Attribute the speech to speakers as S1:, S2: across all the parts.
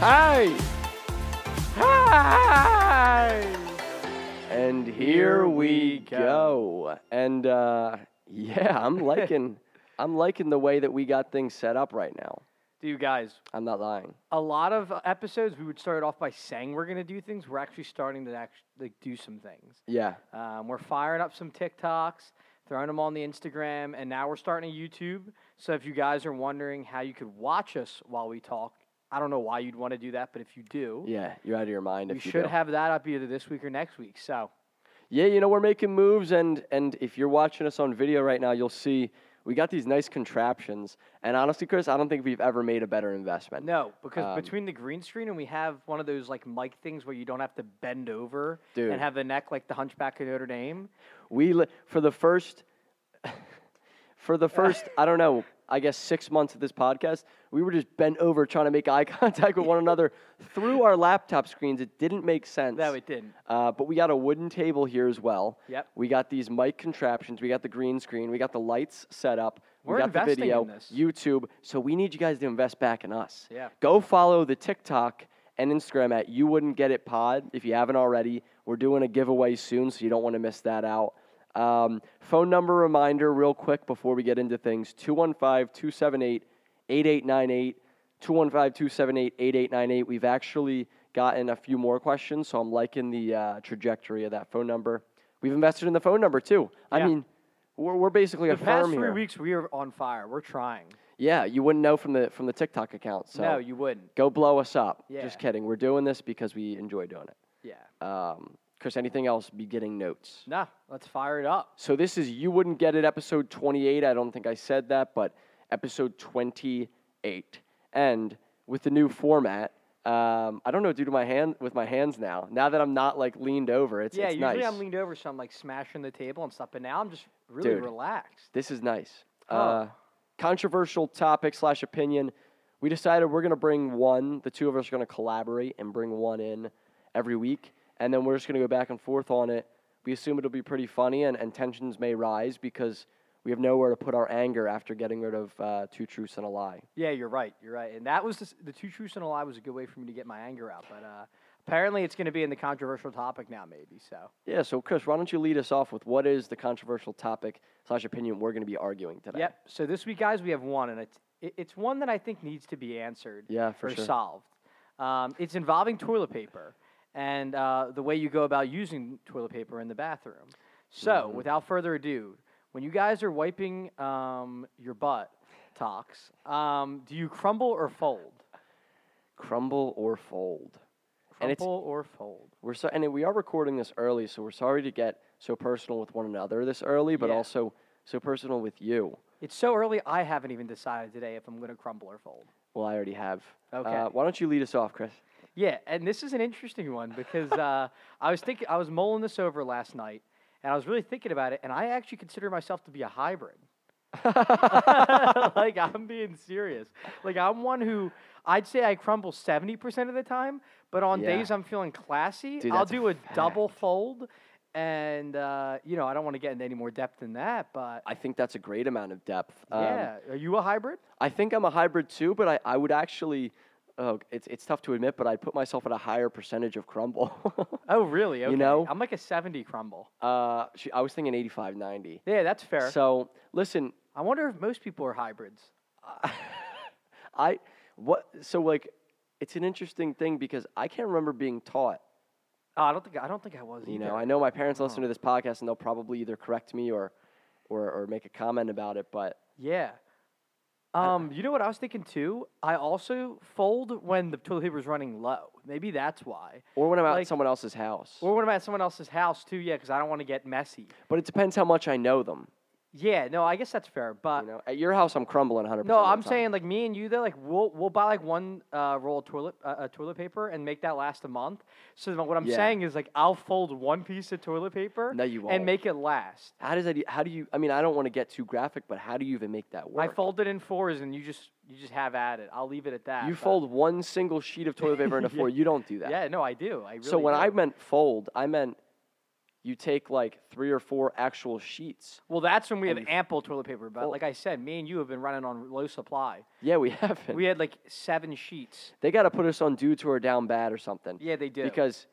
S1: Hi! Hi! And here we go. And uh, yeah, I'm liking, I'm liking the way that we got things set up right now.
S2: Do you guys?
S1: I'm not lying.
S2: A lot of uh, episodes we would start off by saying we're gonna do things. We're actually starting to actually like, do some things.
S1: Yeah,
S2: Um, we're firing up some TikToks, throwing them on the Instagram, and now we're starting a YouTube. So if you guys are wondering how you could watch us while we talk, I don't know why you'd want to do that, but if you do,
S1: yeah, you're out of your mind
S2: we
S1: if you
S2: should
S1: do.
S2: have that up either this week or next week. So
S1: Yeah, you know we're making moves, and and if you're watching us on video right now, you'll see we got these nice contraptions. And honestly, Chris, I don't think we've ever made a better investment.
S2: no, because
S1: Um,
S2: between the green screen and we have one of those like mic things where you don't have to bend over
S1: Dude.
S2: and have the neck like the Hunchback of Notre Dame.
S1: We li- for the first for the first I don't know I guess six months of this podcast we were just bent over trying to make eye contact with one another through our laptop screens. It didn't make sense.
S2: No, it didn't.
S1: Uh, but we got a wooden table here as well.
S2: Yep.
S1: We got these mic contraptions. We got the green screen. We got the lights set up.
S2: We're
S1: we got
S2: investing
S1: the video,
S2: in this.
S1: YouTube. So we need you guys to invest back in us.
S2: Yeah.
S1: Go follow the TikTok and Instagram at You Wouldn't Get It Pod if you haven't already. We're doing a giveaway soon, so you don't want to miss that out. Um, phone number reminder, real quick, before we get into things 215 278 8898. 215 278 8898. We've actually gotten a few more questions, so I'm liking the uh, trajectory of that phone number. We've invested in the phone number too. I
S2: Yeah.
S1: mean, we're, we're basically a
S2: The past
S1: firm
S2: three
S1: here.
S2: weeks we are on fire. We're trying.
S1: Yeah, you wouldn't know from the from the TikTok account. So
S2: No, you wouldn't.
S1: go blow us up. Just
S2: Yeah.
S1: kidding. We're doing this because we enjoy doing it.
S2: Yeah.
S1: Um, Chris, anything else? Be getting notes.
S2: Nah, let's fire it up.
S1: So this is you wouldn't get it episode 28. I don't think I said that, but episode 28. And with the new format, um, I don't know, due to my hand with my hands now. Now that I'm not like leaned over, it's
S2: yeah,
S1: it's
S2: usually
S1: nice.
S2: I'm leaned over, so I'm like smashing the table and stuff. But now I'm just really
S1: Dude.
S2: relaxed.
S1: This is nice.
S2: Huh.
S1: Uh, controversial topic slash opinion. We decided we're gonna bring one. The two of us are gonna collaborate and bring one in every week, and then we're just gonna go back and forth on it. We assume it'll be pretty funny, and, and tensions may rise because we have nowhere to put our anger after getting rid of uh, two truths and a lie.
S2: Yeah, you're right. You're right. And that was the, s- the two truths and a lie was a good way for me to get my anger out. But uh, apparently, it's going to be in the controversial topic now, maybe. So
S1: Yeah. So Chris, why don't you lead us off with what is the controversial topic slash opinion we're gonna be arguing today?
S2: yep. So this week, guys, we have one, and it's it, it's one that I think needs to be answered.
S1: Yeah, for
S2: or
S1: sure.
S2: solved. Um, it's involving toilet paper and uh, the way you go about using toilet paper in the bathroom. So,
S1: Mm-hmm.
S2: without further ado, when you guys are wiping um, your butt, talks, um, do you crumble or fold?
S1: Crumble or fold. And it's-
S2: Crumble or fold?
S1: We're so, and we are recording this early, so we're sorry to get so personal with one another this early, but
S2: Yeah.
S1: also so personal with you.
S2: It's so early, I haven't even decided today if I'm going to crumble or fold.
S1: Well, I already have.
S2: Okay.
S1: Uh, why don't you lead us off, Chris?
S2: Yeah, and this is an interesting one because uh, I was thinking, I was mulling this over last night, and I was really thinking about it, and I actually consider myself to be a hybrid. like I'm being serious. Like I'm one who I'd say I crumble 70% of the time, but on
S1: Yeah.
S2: days I'm feeling classy,
S1: Dude,
S2: I'll
S1: that's a
S2: do a, double fold. And uh, you know, I don't want to get into any more depth than that, but
S1: I think that's a great amount of depth. Um,
S2: yeah, are you a hybrid?
S1: I think I'm a hybrid too, but I, I would actually, oh, it's, it's tough to admit, but I'd put myself at a higher percentage of crumble.
S2: Oh, really? Okay.
S1: know-
S2: I'm like a 70 crumble.
S1: uh, she, I was thinking 85, 90.
S2: Yeah, that's fair.
S1: So, listen,
S2: I wonder if most people are hybrids.
S1: I what so like it's an interesting thing because I can't remember being taught.
S2: Oh, I don't think I don't think I was
S1: You
S2: either.
S1: know, I know my parents
S2: Oh.
S1: listen to this podcast and they'll probably either correct me or or, or make a comment about it, but
S2: Yeah. Um, you know what I was thinking too? I also fold when the toilet paper is running low. Maybe that's why.
S1: or when I'm out at
S2: Like-
S1: someone else's house.
S2: Or when I'm at someone else's house too, yeah, because I don't want to get messy.
S1: but it depends how much I know them.
S2: Yeah, no, I guess that's fair. But
S1: You know, at your house I'm crumbling 100%.
S2: no,
S1: of the
S2: I'm
S1: time.
S2: saying like me and you, though, like we'll we'll buy like one uh, roll of toilet uh, uh, toilet paper and make that last a month. So then what I'm
S1: Yeah.
S2: saying is like I'll fold one piece of toilet paper
S1: No, you won't.
S2: and make it last.
S1: how does that e- how do you I mean, I don't want to get too graphic, but how do you even make that work?
S2: I fold it in fours and you just you just have at it. I'll leave it at that.
S1: you
S2: but-
S1: fold one single sheet of toilet paper into
S2: Yeah.
S1: four. You don't do that.
S2: Yeah, no, I do. I really
S1: so when
S2: do.
S1: I meant fold, I meant you take like three or four actual sheets.
S2: Well, that's when we have
S1: And you-
S2: ample toilet paper. But
S1: Well-
S2: like I said, me and you have been running on low supply.
S1: Yeah, we haven't.
S2: We had like seven sheets.
S1: they got to put us on dudes who are down bad or something.
S2: Yeah, they did.
S1: Because,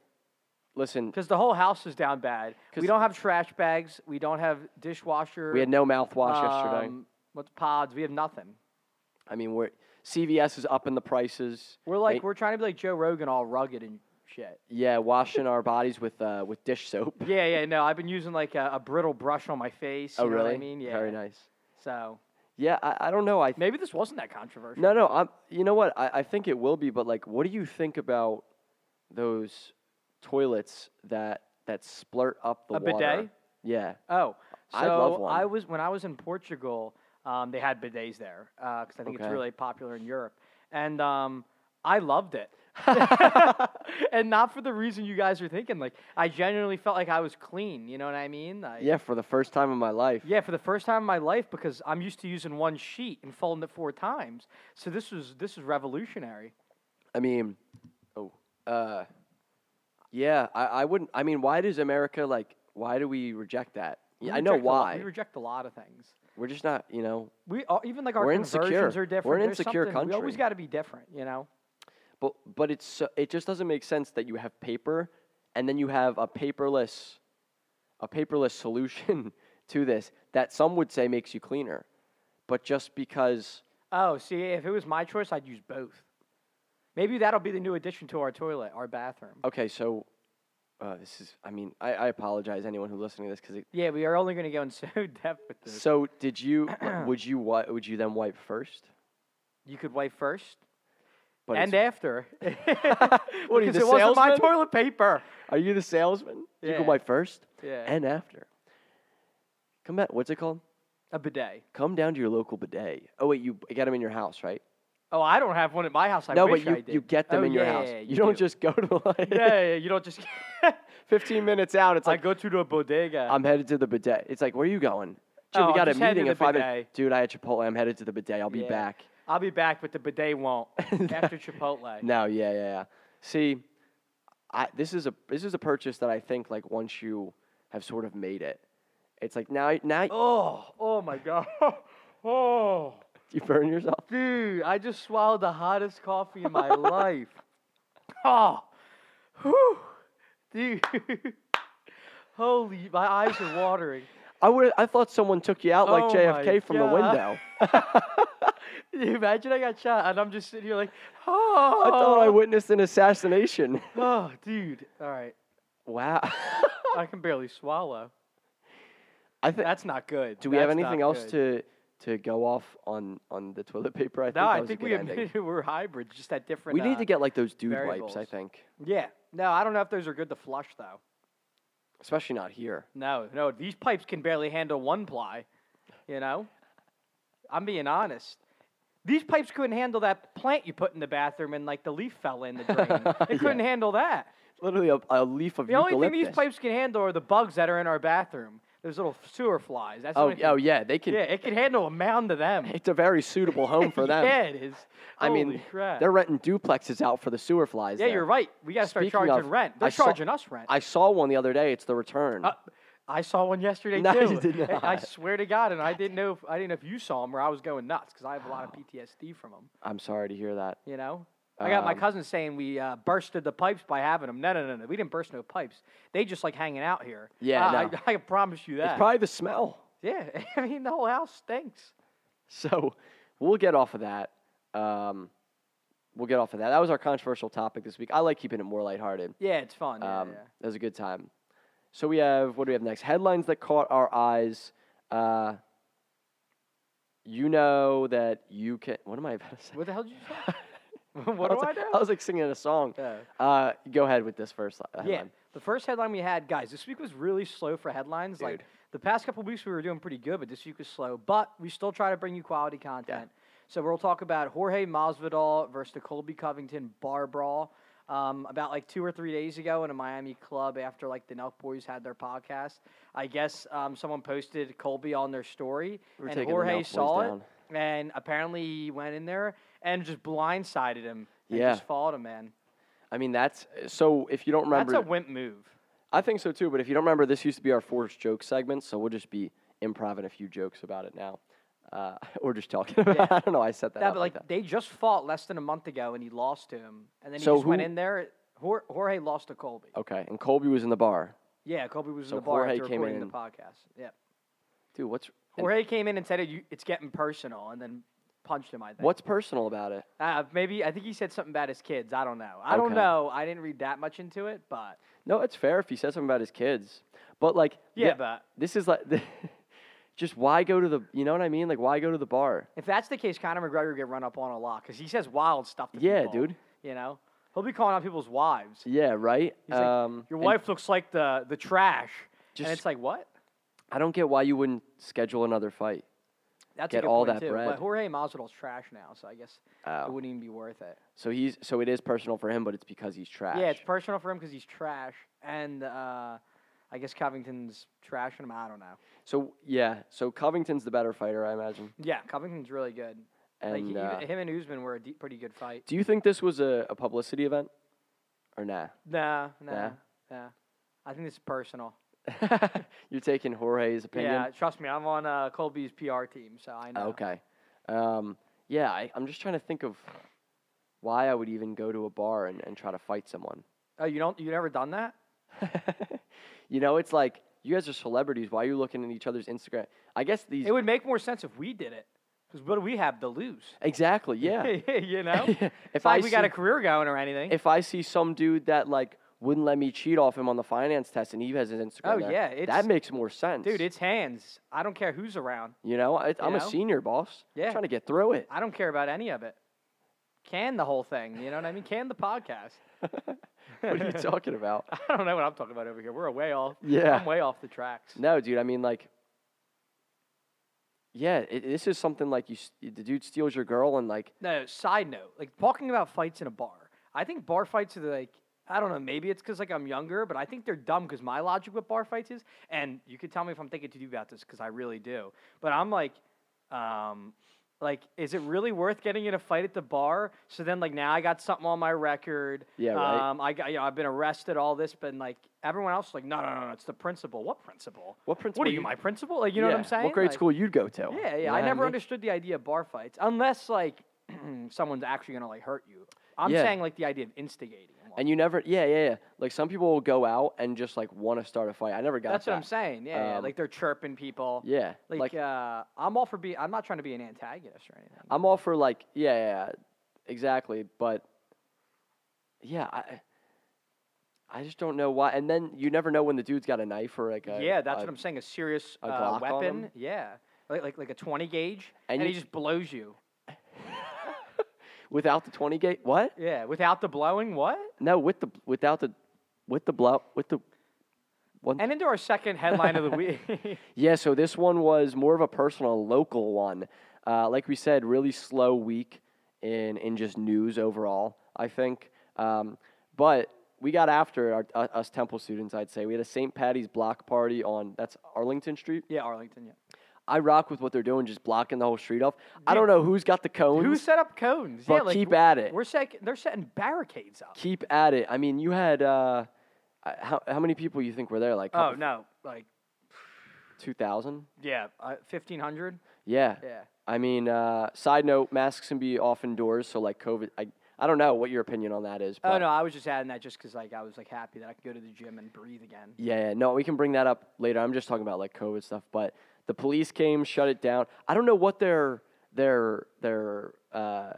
S1: listen,
S2: Because the whole house is down bad.
S1: 'Cause-
S2: We don't have trash bags. We don't have dishwasher.
S1: we had no mouthwash yesterday.
S2: um, What's pods? We have nothing.
S1: I mean, we're CVS is upping the prices.
S2: We're like
S1: They-
S2: we're trying to be like Joe Rogan, all rugged and shit.
S1: yeah, washing our bodies with uh, with dish soap.
S2: Yeah, yeah. No, I've been using like a, a brittle brush on my face.
S1: Oh,
S2: you know
S1: really?
S2: What I mean, yeah.
S1: Very nice.
S2: So
S1: Yeah, I, I don't know. I
S2: maybe this wasn't that controversial.
S1: No, no. I'm, you know what? I, I think it will be, but like, what do you think about those toilets that that splurt up the
S2: A bidet?
S1: water? Yeah.
S2: Oh, so
S1: I'd love one.
S2: I was when I was in Portugal. Um, they had bidets there because I think
S1: Okay.
S2: it's really popular in Europe, and um, I loved it. and not for the reason you guys are thinking. Like I genuinely felt like I was clean. You know what I mean? Like,
S1: Yeah, for the first time in my life.
S2: Yeah, for the first time in my life, because I'm used to using one sheet and folding it four times. So this was this was revolutionary.
S1: I mean, oh, uh, yeah. I, I wouldn't. I mean, why does America like? Why do we reject that?
S2: We
S1: Yeah, I know
S2: reject a lot-
S1: why.
S2: we reject a lot of things.
S1: We're just not. You know,
S2: We are, even like our
S1: We're insecure.
S2: conversions are different.
S1: We're an
S2: There's
S1: insecure
S2: something- We always
S1: country.
S2: got to be different, you know.
S1: but but it's so, it just doesn't make sense that you have paper and then you have a paperless a paperless solution to this that some would say makes you cleaner but just because
S2: Oh, see, if it was my choice, I'd use both. Maybe that'll be the new addition to our toilet, our bathroom.
S1: okay so uh, this is i mean i, I apologize anyone who's listening to this because
S2: Yeah, we are only going to go in so depth with this.
S1: so did you would you wi- would you then wipe first
S2: You could wipe first
S1: but
S2: and
S1: it's-
S2: after.
S1: What are you,
S2: because
S1: the
S2: it wasn't my
S1: salesman?
S2: toilet paper.
S1: are you the salesman you
S2: Yeah.
S1: can wipe first
S2: Yeah.
S1: and after come back what's it called
S2: a bidet.
S1: come down to your local bidet oh wait you got them in your house right
S2: Oh, I don't have one at my house. I
S1: no,
S2: wish
S1: but you,
S2: I did.
S1: you get them
S2: Oh,
S1: in your
S2: yeah,
S1: house.
S2: yeah, yeah,
S1: you don't
S2: do.
S1: just go to like
S2: Yeah, yeah, yeah, you don't just.
S1: 15 minutes out. It's
S2: I
S1: like,
S2: go to the bodega.
S1: I'm headed to the bidet. It's like, where are you going? Dude,
S2: Oh,
S1: we
S2: I'm
S1: got a
S2: just
S1: meeting
S2: heading to
S1: in
S2: the
S1: five minutes.
S2: bidet.
S1: Dude, I had Chipotle. I'm headed to the bidet. I'll be
S2: Yeah.
S1: back.
S2: I'll be back, but the bidet won't after Chipotle.
S1: No, yeah, yeah, yeah. See, I, this is a this is a purchase that I think like once you have sort of made it, it's like now now
S2: Oh, oh my god. Oh,
S1: you burn yourself.
S2: dude, I just swallowed the hottest coffee in my life. Oh, whew, dude. Holy, my eyes are watering.
S1: I would I thought someone took you out like
S2: Oh my
S1: JFK from the
S2: God.
S1: window.
S2: Imagine I got shot and I'm just sitting here like, oh.
S1: I thought I witnessed an assassination.
S2: Oh, dude. All right.
S1: wow.
S2: I can barely swallow.
S1: I think
S2: That's not good.
S1: Do we have
S2: That's not
S1: anything else
S2: good.
S1: to to go off on on the toilet paper? I think
S2: No,
S1: that
S2: I
S1: was
S2: think
S1: a good
S2: we
S1: ending.
S2: admitted we're hybrid, just at different.
S1: We need
S2: uh,
S1: to get like those dude wipes. I
S2: variables.
S1: think,
S2: Yeah. No, I don't know if those are good to flush though.
S1: especially not here.
S2: No, no, these pipes can barely handle one ply. You know, I'm being honest. These pipes couldn't handle that plant you put in the bathroom and like the leaf fell in the drain. They couldn't handle that.
S1: Literally a, a leaf of
S2: The
S1: eucalyptus.
S2: only thing these pipes can handle are the bugs that are in our bathroom. Those little sewer flies. That's the
S1: oh,
S2: only
S1: oh
S2: thing-
S1: yeah, they can.
S2: yeah, it can handle a mound of them.
S1: It's a very suitable home for them.
S2: yeah, it is.
S1: I mean,
S2: Holy crap.
S1: they're renting duplexes out for the sewer flies.
S2: Yeah,
S1: there.
S2: you're right. We gotta start
S1: Speaking
S2: charging
S1: of,
S2: rent.
S1: I
S2: They're
S1: saw-
S2: charging us rent.
S1: I saw one the other day. It's the return.
S2: Uh, I saw one yesterday
S1: No,
S2: too.
S1: you did
S2: and I
S1: not.
S2: swear to God, and I didn't know if I didn't know if you saw them or I was going nuts because I have a lot of PTSD from them.
S1: I'm sorry to hear that.
S2: You know, I got my
S1: Um,
S2: cousin saying we uh, bursted the pipes by having them. No, no, no, no. We didn't burst no pipes. They just like hanging out here.
S1: Yeah,
S2: I,
S1: no.
S2: I, I can promise you that.
S1: It's probably the smell.
S2: yeah, I mean the whole house stinks.
S1: So we'll get off of that. Um, we'll get off of that. That was our controversial topic this week. I like keeping it more lighthearted.
S2: Yeah, it's fun. Yeah,
S1: Um,
S2: yeah.
S1: That was a good time. So we have what do we have next? Headlines that caught our eyes. Uh, you know that you can. What am I about to say?
S2: What the hell did you say? what
S1: I
S2: do
S1: was
S2: I
S1: like-
S2: do?
S1: I was like singing a song.
S2: Yeah.
S1: Uh, go ahead with this first li-
S2: Yeah.
S1: headline.
S2: The first headline we had, guys, this week was really slow for headlines. Like
S1: Dude.
S2: the past couple weeks we were doing pretty good, but this week was slow. But we still try to bring you quality content. So we'll talk about Jorge Masvidal versus the Colby Covington bar brawl. Um, about like two or three days ago in a Miami club after like the Nelk Boys had their podcast, I guess um, someone posted Colby on their story
S1: We're
S2: and
S1: taking the Nelk
S2: Jorge
S1: Boys
S2: saw
S1: down.
S2: it and apparently he went in there and just blindsided him and
S1: Yeah.
S2: just followed him, man.
S1: I mean that's so. If you don't remember,
S2: That's a wimp move.
S1: I think so too. But if you don't remember, this used to be our forced joke segment, so we'll just be improvising a few jokes about it now, uh, or just talking. About it. I don't know. I set that
S2: Yeah,
S1: up
S2: but
S1: like
S2: like
S1: that.
S2: they just fought less than a month ago, and he lost to him, and then he
S1: So
S2: just went
S1: who-
S2: in there. Jor- Jorge lost to Colby.
S1: Okay, and Colby was in the bar.
S2: Yeah, Colby was
S1: So
S2: in the bar
S1: Jorge
S2: after
S1: came
S2: recording
S1: in.
S2: the podcast. Yeah,
S1: Dude, what's and
S2: Jorge came in and said "You- it's getting personal, and then punched him. I think.
S1: what's personal about it?
S2: Uh, maybe I think he said something about his kids. I don't know. I
S1: Okay.
S2: don't know. I didn't read that much into it, but
S1: No, it's fair if he says something about his kids, but like,
S2: yeah.
S1: yeah,
S2: But
S1: this is like, just why go to the, you know what I mean? Like, why go to the bar?
S2: if that's the case, Conor McGregor would get run up on a lot because he says wild stuff. To
S1: Yeah,
S2: people,
S1: dude.
S2: You know, he'll be calling out people's wives.
S1: Yeah, right. Um,
S2: He's like, Your
S1: and
S2: wife looks like the the trash,
S1: Just-
S2: and it's like what?
S1: I don't get why you wouldn't schedule another fight.
S2: That's
S1: Get
S2: a good
S1: all
S2: point
S1: that
S2: too.
S1: bread.
S2: But Jorge Masvidal's trash now, so I guess
S1: Oh.
S2: it wouldn't even be worth it.
S1: So he's so it is personal for him, but it's because he's trash.
S2: Yeah, it's personal for him because he's trash, and uh, I guess Covington's trashing him. I don't know.
S1: so yeah, so Covington's the better fighter, I imagine.
S2: Yeah, Covington's really good. like
S1: And
S2: he,
S1: uh,
S2: him and Usman were a deep, pretty good fight.
S1: do you think this was a, a publicity event, or nah?
S2: Nah, nah,
S1: Yeah?
S2: nah. I think it's personal.
S1: You're taking Jorge's opinion.
S2: Yeah, trust me, I'm on uh, Colby's PR team, so I know.
S1: Okay. Um, yeah, I, I'm just trying to think of why I would even go to a bar and, and try to fight someone.
S2: Oh, you don't? You never done that?
S1: you know, it's like you guys are celebrities. Why are you looking at each other's Instagram? I guess these.
S2: It would make more sense if we did it, because what do we have to lose?
S1: exactly. Yeah.
S2: you know.
S1: If
S2: It's not
S1: I
S2: like we got
S1: see-
S2: a career going or anything.
S1: if I see some dude that like wouldn't let me cheat off him on the finance test and he has his Instagram,
S2: Oh,
S1: there,
S2: yeah, it's-
S1: that makes more sense,
S2: Dude, it's hands. I don't care who's around.
S1: you know, I, I'm
S2: know?
S1: a senior boss. I'm
S2: Yeah.
S1: trying to get through it.
S2: I don't care about any of it. Can the whole thing, you know what I mean? Can the podcast.
S1: what are you talking about?
S2: I don't know what I'm talking about over here. We're way off.
S1: Yeah.
S2: I'm way off the tracks.
S1: No, dude. I mean, like, yeah, it, this is something like you. s- The dude steals your girl, and like,
S2: No, side note, like talking about fights in a bar. I think bar fights are like I don't know. Maybe it's because like I'm younger, but I think they're dumb because my logic with bar fights is, and you could tell me if I'm thinking too deep about this because I really do. But I'm like, um, like, is it really worth getting in a fight at the bar? So then like now I got something on my record.
S1: Yeah, right.
S2: Um, I got you know I've been arrested, all this, but like everyone else is like, no, no, no, no, it's the principal. What principal?
S1: What
S2: What
S1: principal
S2: are you,
S1: you-
S2: my principal? Like you know what I'm
S1: yeah,
S2: saying?
S1: What grade
S2: Like-
S1: school you'd go to?
S2: yeah, yeah.
S1: You know
S2: I
S1: what
S2: never
S1: mean?
S2: understood the idea of bar fights, unless like someone's actually gonna like hurt you. I'm
S1: Yeah.
S2: saying like the idea of instigating. one.
S1: And you never, yeah, yeah, yeah. Like some people will go out and just like want to start a fight. I never got
S2: That's
S1: that.
S2: what I'm saying. Yeah, yeah,
S1: Um,
S2: like they're chirping people.
S1: Yeah,
S2: Like, uh, I'm all for being. I'm not trying to be an antagonist or anything.
S1: I'm all for like, yeah, yeah, yeah, exactly. But yeah, I, I just don't know why. And then you never know when the dude's got a knife or like a
S2: yeah, that's
S1: a-
S2: what I'm saying. A serious
S1: a
S2: uh,
S1: Glock on 'em?
S2: weapon. Yeah, like, like like a 20 gauge,
S1: And
S2: and, he
S1: you-
S2: just blows you.
S1: without the twenty gate. What?
S2: Yeah, without the blowing, what?
S1: No, with the without the with the blow with the one.
S2: And into our second headline of the week.
S1: yeah, so this one was more of a personal, local one. Uh, like we said, really slow week in in just news overall. I think, um, but we got after our, uh, us Temple students. I'd say we had a St. Patty's block party on that's Arlington Street.
S2: yeah, Arlington. Yeah.
S1: I rock with what they're doing, just blocking the whole street off. I don't know who's got the cones.
S2: Who set up cones? yeah,
S1: But
S2: like
S1: keep
S2: w-
S1: at it.
S2: We're sec- They're setting barricades up.
S1: keep at it. I mean, you had uh, uh, how how many people you think were there? Like
S2: Oh no, like
S1: two thousand.
S2: Yeah, uh, fifteen hundred.
S1: Yeah.
S2: Yeah.
S1: I mean, uh, side note, masks can be off indoors, so like COVID. I I don't know what your opinion on that is. But
S2: Oh no, I was just adding that just because like I was like happy that I could go to the gym and breathe again.
S1: Yeah, yeah, no, we can bring that up later. I'm just talking about like COVID stuff, but the police came, shut it down. I don't know what their their their uh,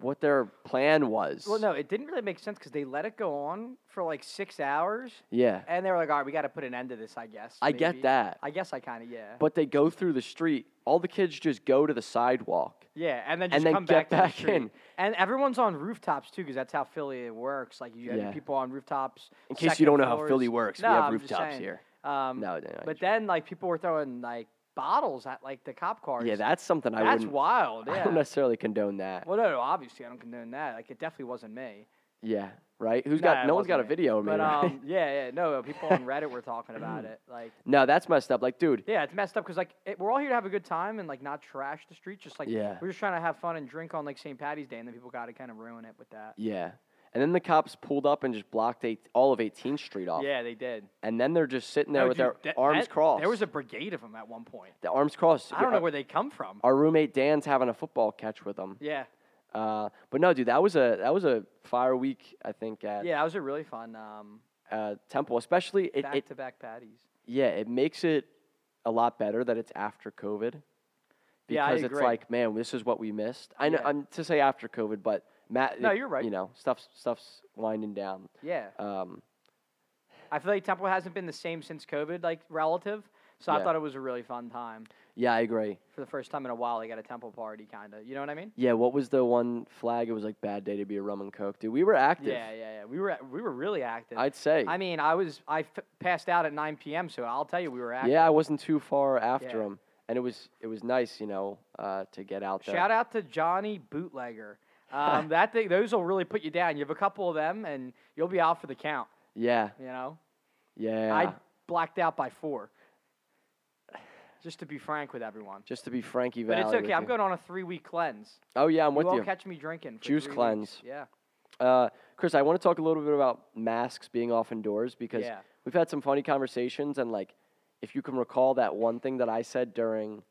S1: what their plan was.
S2: Well, no, it didn't really make sense because they let it go on for like six hours,
S1: Yeah,
S2: and they were like, "All right, we got to put an end to this." I guess.
S1: I get
S2: maybe."
S1: that.
S2: I guess I kind of yeah.
S1: but they go through the street. All the kids just go to the sidewalk.
S2: yeah, and then
S1: and
S2: just
S1: then
S2: come
S1: get
S2: back,
S1: back
S2: to the street.
S1: in.
S2: And everyone's on rooftops too, because that's how Philly works. Like you have your
S1: Yeah.
S2: people on rooftops.
S1: In case
S2: second
S1: you don't know how
S2: floors.
S1: Philly works,
S2: no,
S1: we have
S2: I'm just
S1: rooftops
S2: saying.
S1: here.
S2: Um,
S1: No, no, no,
S2: but then like people were throwing like bottles at like the cop cars.
S1: yeah, that's something I
S2: that's
S1: wouldn't.
S2: wild. Yeah.
S1: I don't necessarily condone that.
S2: Well, no, no, obviously I don't condone that. Like it definitely wasn't me.
S1: Yeah, right. Who's
S2: Nah,
S1: got?
S2: it
S1: No one's got a
S2: wasn't me.
S1: video of me.
S2: But
S1: right?
S2: um, yeah, yeah, no, people on Reddit were talking about it. Like,
S1: no, that's messed up. Like, dude,
S2: yeah, it's messed up because like it, we're all here to have a good time and like not trash the street. Just like
S1: Yeah.
S2: we're just trying to have fun and drink on like St. Patty's Day, and then people got to kind of ruin it with that.
S1: Yeah. And then the cops pulled up and just blocked eight, all of 18th Street off.
S2: Yeah, they did.
S1: And then they're just sitting there
S2: No,
S1: with
S2: dude,
S1: their
S2: that-
S1: arms
S2: that-
S1: crossed.
S2: There was a brigade of them at one point.
S1: the arms crossed.
S2: I don't know
S1: Our-
S2: where they come from.
S1: Our roommate Dan's having a football catch with them.
S2: Yeah,
S1: Uh, but no, dude, that was a that was a fire week. I think at
S2: yeah, that was a really fun um,
S1: uh, Temple, especially it, it.
S2: back-to-back patties.
S1: Yeah, it makes it a lot better that it's after COVID.
S2: Yeah, I
S1: Because it's
S2: agree.
S1: like, man, this is what we missed. I know
S2: Yeah.
S1: I'm to say after COVID, but Matt.
S2: No,
S1: it-
S2: you're right.
S1: You know, stuff's stuff's winding down.
S2: Yeah,
S1: Um,
S2: I feel like Temple hasn't been the same since COVID, like relative. So I
S1: Yeah.
S2: thought it was a really fun time.
S1: yeah, I agree.
S2: For the first time in a while, I got a Temple party, kind of. You know what I mean?
S1: Yeah, what was the one flag? It was like bad day to be a rum and coke, dude. We were active.
S2: Yeah, yeah, yeah. We were we were really active.
S1: I'd say.
S2: I mean, I was I f- passed out at 9 p.m. So I'll tell you, we were active.
S1: yeah, I wasn't too far after
S2: Yeah.
S1: him, and it was it was nice, you know, uh, to get out there.
S2: Shout out to Johnny Bootlegger. Um, that thing, those will really put you down. You have a couple of them, and you'll be out for the count.
S1: Yeah,
S2: You know,
S1: yeah.
S2: I blacked out by four. Just to be frank with everyone,
S1: Just to be Frankie
S2: but
S1: Valley.
S2: it's okay.
S1: with
S2: I'm
S1: you.
S2: going on a three-week cleanse.
S1: Oh yeah, I'm
S2: You
S1: with
S2: won't
S1: you,
S2: catch me drinking. For
S1: Juice
S2: three weeks.
S1: cleanse.
S2: Yeah.
S1: uh, Chris. I want to talk a little bit about masks being off indoors because
S2: Yeah.
S1: we've had some funny conversations, and like, if you can recall that one thing that I said during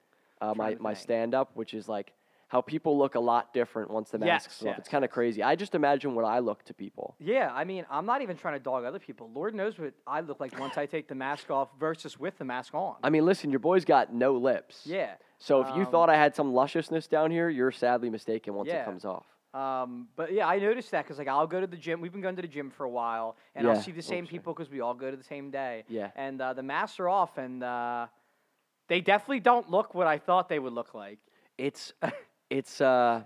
S1: uh, my
S2: to
S1: my
S2: think.
S1: stand up, which is like how people look a lot different once the masks
S2: Yes,
S1: is off.
S2: yes,
S1: It's kind of
S2: yes.
S1: crazy. I just imagine what I look to people.
S2: Yeah, I mean, I'm not even trying to dog other people. Lord knows what I look like once I take the mask off versus with the mask on.
S1: I mean, listen, your boy's got no lips.
S2: yeah. Um,
S1: So if you thought I had some lusciousness down here, you're sadly mistaken once
S2: Yeah.
S1: it comes off.
S2: Um, but yeah, I noticed that because like I'll go to the gym. We've been going to the gym for a while, and
S1: Yeah.
S2: I'll see the same
S1: Oops, sorry.
S2: people because we all go to the same day.
S1: Yeah.
S2: And uh, the masks are off, and uh, they definitely don't look what I thought they would look like.
S1: It's, it's, uh,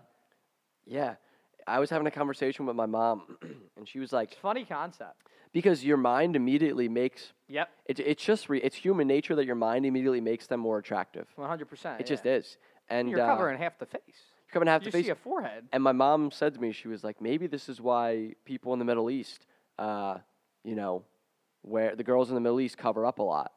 S1: yeah. I was having a conversation with my mom, and she was like,
S2: It's a funny concept.
S1: because your mind immediately makes
S2: Yep,
S1: it, it's just re, it's human nature that your mind immediately makes them more attractive.
S2: 100. percent
S1: It just is, and
S2: You're
S1: uh,
S2: covering half the face.
S1: you're covering half the
S2: you
S1: face.
S2: see a forehead.
S1: and my mom said to me, she was like, maybe this is why people in the Middle East, uh, you know, where the girls in the Middle East cover up a lot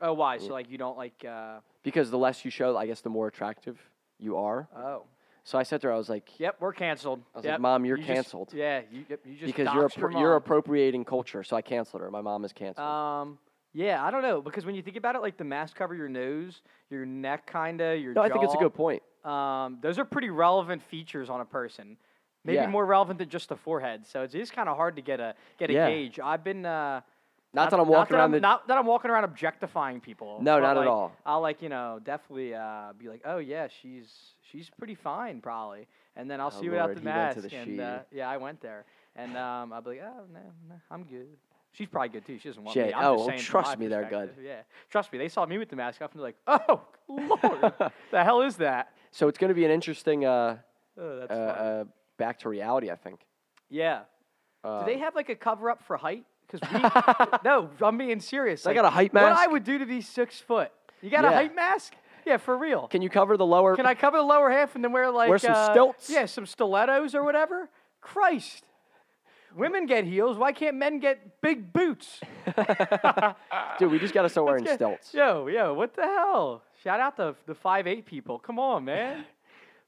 S2: Oh, why? So like you don't like. Uh,
S1: because the less you show, I guess, the more attractive you are.
S2: oh.
S1: So I said to her, I was like,
S2: Yep, we're canceled.
S1: I was
S2: yep.
S1: like, Mom, you're
S2: you just-
S1: canceled.
S2: yeah, you, yep, you just
S1: because you're
S2: doxed your
S1: appro- you're
S2: mom.
S1: appropriating culture. So I canceled her. My mom is canceled.
S2: Um, yeah, I don't know because when you think about it, like the mask cover your nose, your neck, kinda your.
S1: no, I think it's a
S2: jaw.
S1: good point.
S2: Um, those are pretty relevant features on a person. Maybe
S1: Yeah.
S2: more relevant than just the forehead. So it's, it's kind of hard to get a get a
S1: Yeah.
S2: gauge. I've been uh,
S1: Not, that I'm walking around
S2: I'm-
S1: the
S2: not that I'm walking around objectifying people.
S1: No,
S2: but,
S1: not at
S2: like,
S1: all.
S2: I'll like you know definitely uh, be like, oh yeah, she's she's pretty fine probably, and then I'll
S1: Oh,
S2: see you without
S1: Lord,
S2: the
S1: he went
S2: mask.
S1: to the
S2: and uh, yeah, I went there, and um, I'll be like, oh no, no, I'm good. She's probably good too. She doesn't want me.
S1: Shit,
S2: I'm
S1: oh,
S2: just
S1: well,
S2: saying from
S1: trust
S2: my
S1: me, they're good.
S2: perspective, Yeah, trust me. They saw me with the mask off and they're like, oh lord, the hell is that?
S1: So it's going to be an interesting uh,
S2: Oh, that's
S1: uh,
S2: funny.
S1: uh, back to reality, I think.
S2: Yeah.
S1: Uh,
S2: Do they have like a cover up for height? Because we no, I'm being serious.
S1: They got a height
S2: What I
S1: mask?
S2: would do to be six foot? You got a
S1: Yeah.
S2: height mask? Yeah, for real. Can,
S1: Can you cover the lower?
S2: I cover the lower half and then wear like
S1: some
S2: uh,
S1: stilts?
S2: Yeah, some stilettos or whatever. Christ. Women get heels. Why can't men get big boots?
S1: Dude, we just got to start wearing
S2: Yeah,
S1: stilts.
S2: Yo, yo, what the hell? Shout out to the five eight people. Come on, man.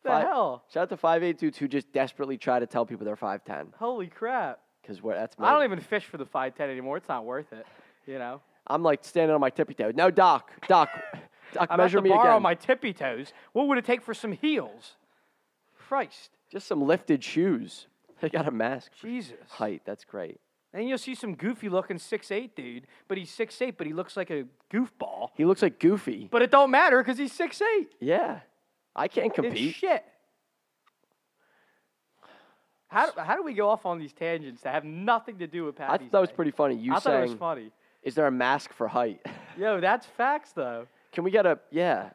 S2: the
S1: Five-
S2: hell?
S1: Shout out to five eight two two. Just desperately try to tell people they're five ten
S2: Holy crap.
S1: because that's.
S2: I don't
S1: me.
S2: even fish for the 5'10 anymore. It's not worth it. You know?
S1: I'm like standing on my tippy toe. No, doc, doc, doc,
S2: I'm
S1: measure
S2: at the
S1: me
S2: bar
S1: again.
S2: on my tippy toes. What would it take for some heels? Christ,
S1: Just some lifted shoes. They got a mask. for
S2: Jesus.
S1: Height. That's great.
S2: And you'll see some goofy looking 6'8 dude, but he's 6'8, but he looks like a goofball.
S1: He looks like Goofy.
S2: But it don't matter because he's 6'8.
S1: yeah, I can't
S2: It's
S1: compete.
S2: shit. How, do- how do we go off on these tangents that have nothing to do with
S1: I
S2: Patty's
S1: thought that was
S2: Day?
S1: pretty funny. You
S2: I thought it was
S1: saying,
S2: funny.
S1: "Is there a mask for height?"
S2: Yo, that's facts though.
S1: Can we get a? Yeah,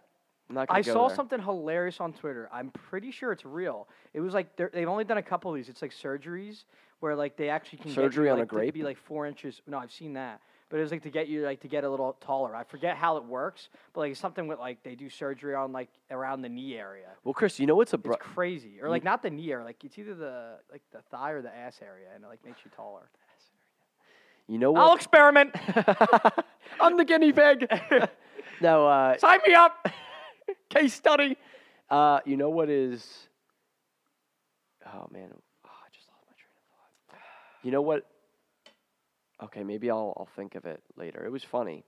S1: I'm not gonna
S2: I
S1: go
S2: saw
S1: there.
S2: something hilarious on Twitter. I'm pretty sure it's real. It was like they're- they've only done a couple of these. It's like surgeries where like they actually can
S1: Surgery
S2: get you,
S1: on a
S2: like, to
S1: grape?
S2: be like four inches. No, I've seen that, but it was like to get you like to get a little taller. I forget how it works, but like it's something with like they do surgery on like around the knee area.
S1: Well, Chris, you know what's a
S2: It's
S1: bro-
S2: crazy,
S1: Mm-hmm.
S2: or like not the knee area, like it's either the like the thigh or the ass area, and it like makes you taller.
S1: you know
S2: I'll
S1: what?
S2: experiment.
S1: I'm the guinea pig. no, uh,
S2: Sign me up.
S1: case study. Uh, you know what is? Oh man, oh, I just lost my train of thought. You know what? Okay, maybe I'll I'll think of it later. It was funny.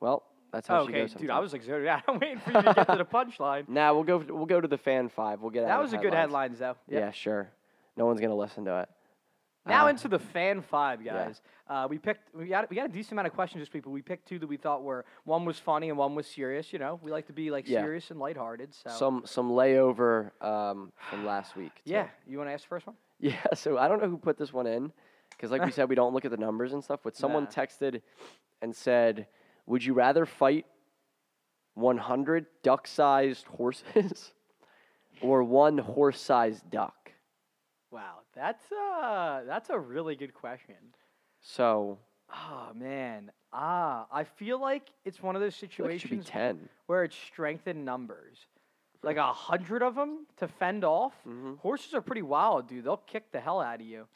S1: Well, that's how she
S2: okay,
S1: goes.
S2: dude, I was like zoned out. I'm waiting for you to get to the punchline.
S1: Now nah, we'll go. We'll go to the fan five. We'll get out.
S2: That
S1: of
S2: was a good
S1: headlines.
S2: headlines though. Yep.
S1: Yeah, sure. No one's gonna listen to it.
S2: Now
S1: Uh,
S2: into the fan five,
S1: yeah.
S2: guys. Uh, we picked. We got. We got a decent amount of questions this week, but we picked two that we thought were one was funny and one was serious. You know, we like to be like
S1: Yeah.
S2: serious and lighthearted. So
S1: Some some layover um, from last week. too.
S2: yeah, you want to ask the first one?
S1: Yeah, so I don't know who put this one in because, like we said, we don't look at the numbers and stuff, but someone
S2: Nah.
S1: texted and said, Would you rather fight 100 duck sized horses or one horse sized duck?
S2: Wow, that's uh that's a really good question.
S1: So
S2: Oh man, ah, I feel like it's one of those
S1: I feel like it should be
S2: situations
S1: 10.
S2: where it's strength in numbers. Like a hundred of them to fend off.
S1: Mm-hmm.
S2: Horses are pretty wild, dude. They'll kick the hell out of you.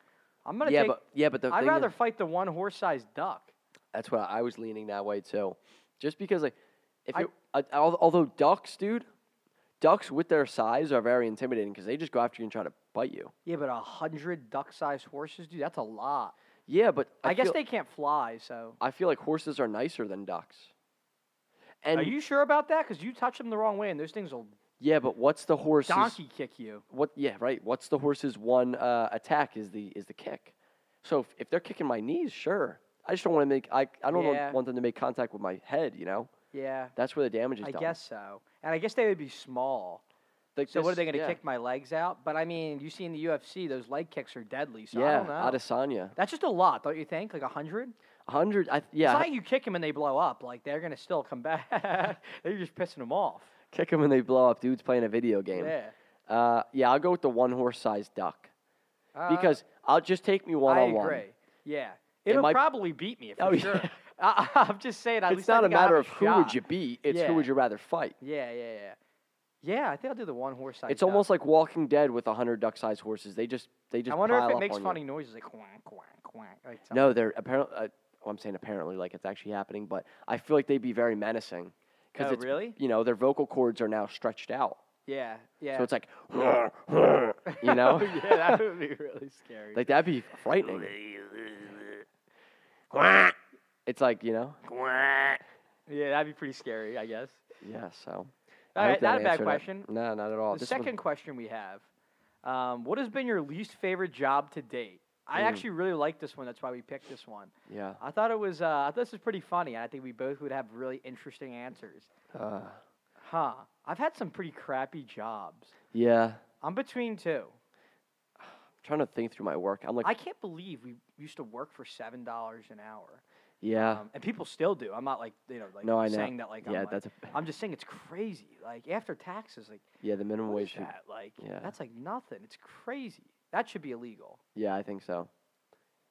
S2: I'm gonna
S1: Yeah,
S2: take.
S1: but, yeah, but the
S2: I'd
S1: thing is-
S2: rather fight the one horse-sized duck.
S1: that's what I was leaning that way too. Just because, like, if
S2: I-
S1: you uh, al- although ducks, dude, ducks with their size are very intimidating because they just go after you and try to bite you.
S2: Yeah, but a hundred duck-sized horses, dude. That's a lot.
S1: Yeah, but
S2: I,
S1: I,
S2: guess
S1: feel-
S2: they can't fly, so.
S1: I feel like horses are nicer than ducks. And
S2: are you sure about that? Because you touch them the wrong way, and those things will
S1: yeah, but what's the horse's
S2: donkey kick you.
S1: what? Yeah, right. What's the horse's one uh, attack is the is the kick. So if, if they're kicking my knees, sure. I just don't want to make I, I don't
S2: Yeah.
S1: want want them to make contact with my head. You know,
S2: Yeah,
S1: that's where the damage is
S2: I
S1: done.
S2: guess so. And I guess they would be small.
S1: Like
S2: So what are
S1: this-
S2: they going to
S1: yeah.
S2: kick my legs out? But I mean, you see in the UFC, those leg kicks are deadly. So I
S1: Yeah,
S2: don't know.
S1: Adesanya,
S2: That's just a lot, don't you think? Like a hundred.
S1: hundred. I,
S2: It's
S1: yeah,
S2: not like you kick them and they blow up. Like they're going to still come back. They're just pissing them off.
S1: kick them and they blow up. Dude's playing a video game.
S2: Yeah.
S1: Uh, yeah, I'll go with the one horse sized duck
S2: Uh,
S1: because I'll just take me one
S2: I
S1: on one.
S2: agree. Yeah. It'll
S1: might-
S2: probably beat me for
S1: Oh, yeah.
S2: sure. I, I'm just saying. At
S1: It's
S2: least I
S1: not a
S2: think I'll have
S1: matter of who would
S2: shot.
S1: you beat; it's
S2: Yeah.
S1: who would you rather fight.
S2: Yeah, yeah, yeah. Yeah, I think I'll do the one horse.
S1: It's almost like Walking Dead with hundred duck-sized horses. They just they just.
S2: I wonder
S1: pile
S2: if it
S1: up
S2: makes
S1: on you.
S2: funny noises like quack quack quack. Like something.
S1: No, they're apparently. Uh, well, I'm saying apparently, like it's actually happening, but I feel like they'd be very menacing
S2: Oh,
S1: it's
S2: really?
S1: you know their vocal cords are now stretched out,
S2: Yeah, yeah.
S1: so it's like you know,
S2: yeah, that would be really scary.
S1: like that'd be frightening. It's like you know,
S2: yeah, that'd be pretty scary, I guess.
S1: yeah. So.
S2: All
S1: I
S2: right,
S1: hope that
S2: not a bad
S1: answered it.
S2: question.
S1: No, not at all.
S2: the
S1: Oh, This one-
S2: second question we have: um, What has been your least favorite job to date? I
S1: Hmm.
S2: actually really like this one. That's why we picked this one.
S1: yeah.
S2: I thought it was. Uh, this is pretty funny. and I think we both would have really interesting answers.
S1: Uh,
S2: Huh? I've had some pretty crappy jobs.
S1: yeah. I'm
S2: I'm between two.
S1: trying to think through my work. I'm like,
S2: I can't believe we used to work for seven dollars an hour,
S1: yeah.
S2: um, and people still do. I'm not like you know like
S1: Uh. No, I know.
S2: saying that like I'm
S1: Yeah,
S2: like-
S1: that's a-
S2: I'm just saying it's crazy. Like after taxes, like
S1: yeah, the minimum
S2: what is
S1: wage. should-
S2: that? Like
S1: yeah.
S2: that's like nothing. It's crazy. That should be illegal,
S1: Yeah, I think so.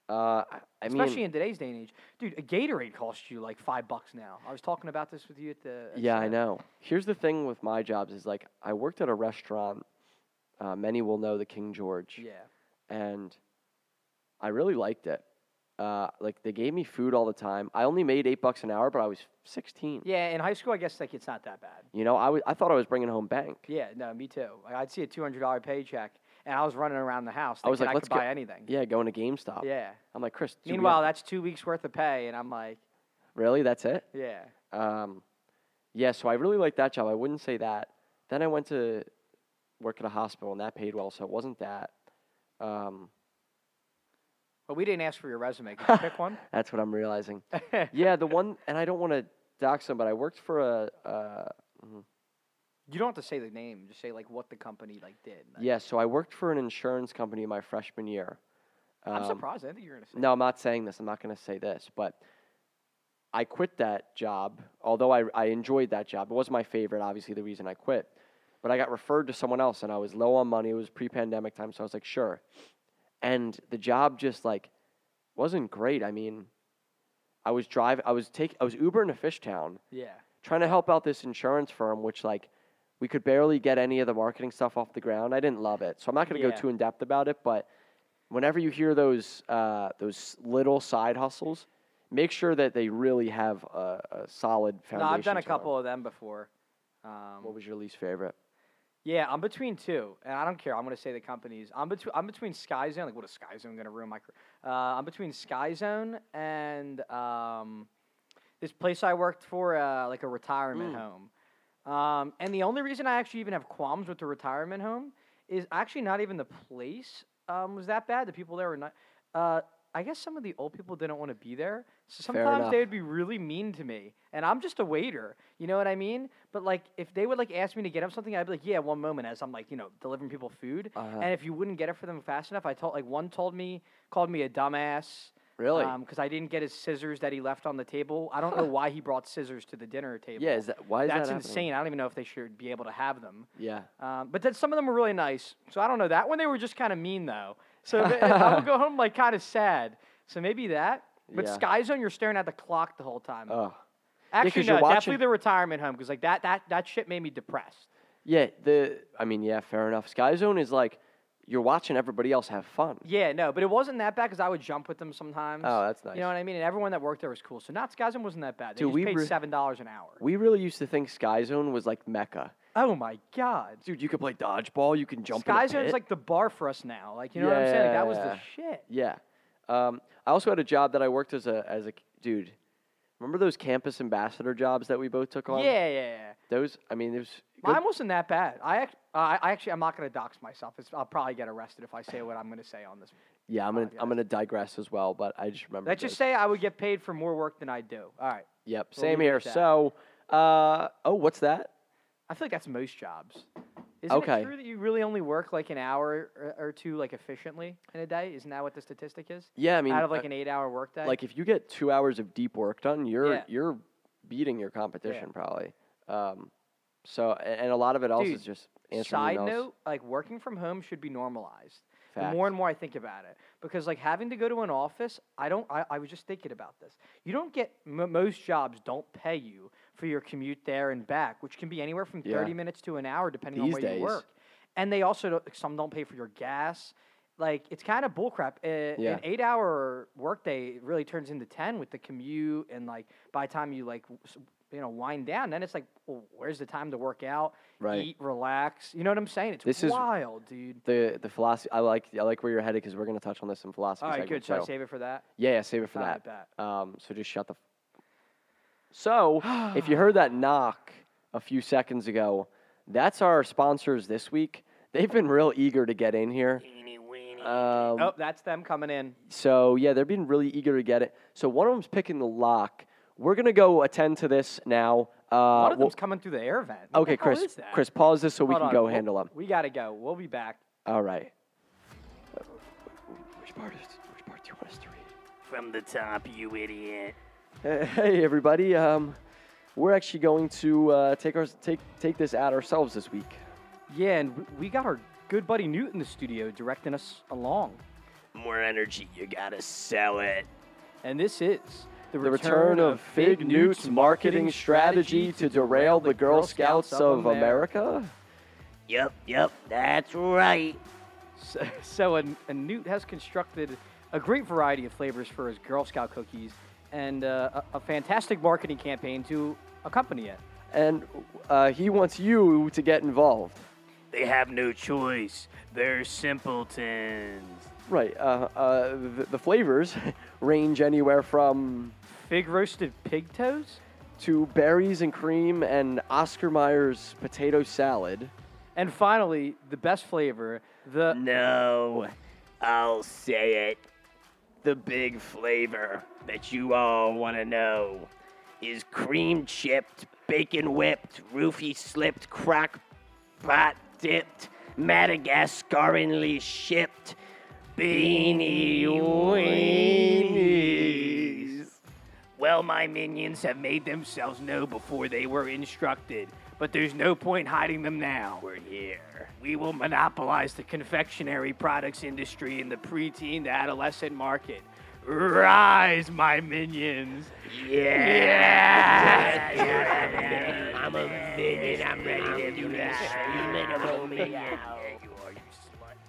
S1: Uh, I- I mean,
S2: especially in today's day and age. Dude, a Gatorade costs you like five bucks now. I was talking about this with you at the. at
S1: Yeah, I
S2: Seth.
S1: know. Here's the thing with my jobs is like I worked at a restaurant. Uh, many will know the King George,
S2: Yeah,
S1: and I really liked it. Uh, like they gave me food all the time. I only made eight bucks an hour, but I was 16.
S2: yeah. In high school, I guess like it's not that bad.
S1: You know, I was I thought I was bringing home bank.
S2: Yeah, no, me too. Like, I'd see a two hundred dollar paycheck, and I was running around the house.
S1: I was
S2: thinking
S1: like,
S2: I
S1: let's
S2: could buy
S1: go-
S2: anything.
S1: Yeah, going to GameStop.
S2: yeah.
S1: I'm like Chris. do we have-
S2: Meanwhile, that's two weeks worth of pay, and I'm like,
S1: really, that's it.
S2: yeah.
S1: Um, yeah, so I really liked that job. I wouldn't say that. Then I went to work at a hospital, and that paid well, so it wasn't that. Um,
S2: But we didn't ask for your resume. Can you pick one?
S1: that's what I'm realizing. yeah, the one, and I don't want to dox them, but I worked for a. Uh,
S2: You don't have to say the name. Just say like what the company like did. Like,
S1: yeah, so I worked for an insurance company my freshman year.
S2: I'm
S1: Um,
S2: surprised. I didn't think you were gonna say.
S1: No, I'm not saying this. I'm not going to say this, but I quit that job, although I, I enjoyed that job. It was my favorite, obviously, the reason I quit. But I got referred to someone else and I was low on money. It was pre pandemic time, so I was like, sure. And the job just like wasn't great. I mean, I was driving, I was taking, I was Ubering to Fishtown
S2: Yeah.
S1: trying to help out this insurance firm, which like we could barely get any of the marketing stuff off the ground. I didn't love it, so I'm not going to
S2: Yeah.
S1: go too in depth about it. But whenever you hear those uh, those little side hustles, make sure that they really have a, a solid
S2: No,
S1: foundation.
S2: I've done a
S1: to them.
S2: couple of them before. Um,
S1: What was your least favorite?
S2: Yeah, I'm between two, and I don't care. I'm gonna say the companies. I'm between. I'm between Sky Zone. Like, what is Sky Zone gonna ruin my? career? Uh, I'm between Sky Zone and um, this place I worked for, uh, like a retirement
S1: Mm.
S2: home. Um, and the only reason I actually even have qualms with the retirement home is actually not even the place um, was that bad. The people there were not. Uh, I guess some of the old people didn't want to be there. So
S1: Fair
S2: sometimes they
S1: enough.
S2: would be really mean to me, and I'm just a waiter. You know what I mean? But like, if they would like ask me to get them something, I'd be like, "Yeah, one moment." As I'm like, you know, delivering people food,
S1: Uh-huh.
S2: and if you wouldn't get it for them fast enough, I told like one told me called me a dumbass.
S1: Really?
S2: Because I didn't get his scissors that he left on the table. I don't know why he brought scissors to the dinner table.
S1: Yeah, is that why is
S2: That's
S1: that happening?
S2: insane. I don't even know if they should be able to have them.
S1: Yeah.
S2: Um, but then some of them were really nice. So I don't know. That one they were just kind of mean though. So th- I would go home like kind of sad. So maybe that. But
S1: Yeah.
S2: Sky Zone, you're staring at the clock the whole time.
S1: Ugh.
S2: Actually,
S1: 'cause
S2: no,
S1: you're watching-
S2: definitely the retirement home because like that that that shit made me depressed.
S1: Yeah, the I mean, yeah, fair enough. Sky Zone is like you're watching everybody else have fun.
S2: Yeah, no, but it wasn't that bad because I would jump with them sometimes.
S1: Oh, that's nice.
S2: You know what I mean? And everyone that worked there was cool. So not Sky Zone wasn't that bad. They
S1: Dude,
S2: just
S1: we
S2: paid
S1: re-
S2: seven dollars an hour.
S1: We really used to think Sky Zone was like Mecca.
S2: Oh my god.
S1: Dude, you could play dodgeball, you can jump
S2: Sky
S1: in a
S2: Zone's
S1: pit.
S2: like the bar for us now. Like you know what I'm saying? Like, that was the
S1: Yeah.
S2: shit.
S1: Yeah. Um, I also had a job that I worked as a as a dude. Remember those campus ambassador jobs that we both took on?
S2: Yeah, yeah, yeah.
S1: Those I mean, there's
S2: Mine wasn't that bad. I, act, uh, I I actually, I'm not going to dox myself. It's, I'll probably get arrested if I say what I'm going to say on this.
S1: Yeah, I'm gonna
S2: Podcast.
S1: I'm gonna digress as well, but I just remember.
S2: Let's Oh, just
S1: those.
S2: say I would get paid for more work than I do. All right.
S1: Yep,
S2: we'll
S1: same
S2: leave it
S1: here.
S2: at that.
S1: So, uh, oh, what's that?
S2: I feel like that's most jobs. Isn't
S1: Okay.
S2: it true that you really only work like an hour or, or two, like efficiently in a day? Isn't that what the statistic is?
S1: Yeah, I mean,
S2: Out of
S1: uh,
S2: like an eight-hour workday.
S1: like if you get two hours of deep work done, you're
S2: Yeah.
S1: you're beating your competition probably. Um, so a- and a lot of it also
S2: Dude,
S1: is just answering
S2: Side
S1: emails.
S2: note, like working from home should be normalized.
S1: Fact.
S2: The more and more I think about it, because like having to go to an office, I don't. I, I was just thinking about this. You don't get m- most jobs don't pay you for your commute there and back, which can be anywhere from
S1: Yeah.
S2: thirty minutes to an hour, depending
S1: These
S2: on where
S1: days.
S2: you work. And they also don't, some don't pay for your gas. Like it's kind of bullcrap. Uh,
S1: Yeah.
S2: An eight-hour workday really turns into ten with the commute, and like by the time you like w- s- you know wind down, then it's like, well, where's the time to work out?
S1: Right.
S2: eat, relax. You know what I'm saying? It's
S1: This is-
S2: wild, dude.
S1: The the philosophy I like I like where you're headed because we're gonna touch on this in philosophy.
S2: All right,
S1: segment,
S2: good. Should I
S1: so-
S2: save it for that?
S1: Yeah, yeah, save it for
S2: All
S1: that.
S2: right, bet.
S1: Um, so just shut the. F- so
S2: Oh,
S1: if you heard that knock a few seconds ago, that's our sponsors this week. They've been real eager to get in here. Um,
S2: Oh, that's them coming in.
S1: So yeah, they've been really eager to get it. So one of them's picking the lock. We're gonna go attend to this now. Uh,
S2: One of
S1: we'll-
S2: them's coming through the air vent. What the
S1: okay,
S2: hell
S1: Chris.
S2: is that?
S1: Chris, um, pause this so we
S2: Hold
S1: can
S2: on,
S1: go
S2: we'll-
S1: handle them.
S2: We gotta go. We'll be back.
S1: All right. Uh, Which part? Is, which part do you want us to read?
S3: From the top, you idiot.
S1: Uh, Hey everybody, um, we're actually going to uh, take our take take this ad ourselves this week.
S2: Yeah, and w- we got our good buddy Newt in the studio directing us along,
S3: More energy, you gotta sell it.
S2: and this is the,
S1: The return of Fig Newt's marketing strategy to derail the Girl Scouts of America.
S3: Yup, yup, that's right.
S2: So, so a, a Newt has constructed a great variety of flavors for his Girl Scout cookies and uh, a, a fantastic marketing campaign to accompany it.
S1: And uh, he wants you to get involved.
S3: They have no choice. They're simpletons.
S1: Right. Uh, uh, the, the flavors range anywhere from
S2: Fig roasted pig toes
S1: to berries and cream and Oscar Mayer's potato salad.
S2: And finally, the best flavor,
S1: Mm.
S2: the
S3: No, I'll say it. The big flavor that you all wanna know is cream chipped, bacon whipped, roofie slipped, crock pot dipped, Madagascarinly shipped, beanie weenies. Well, my minions have made themselves known before they were instructed, but there's no point hiding them now. We're here. We will monopolize the confectionery products industry in the preteen to adolescent market. Rise, my minions! Yeah! I'm a minion. I'm ready to do that. I'm a minion. You are, you slut.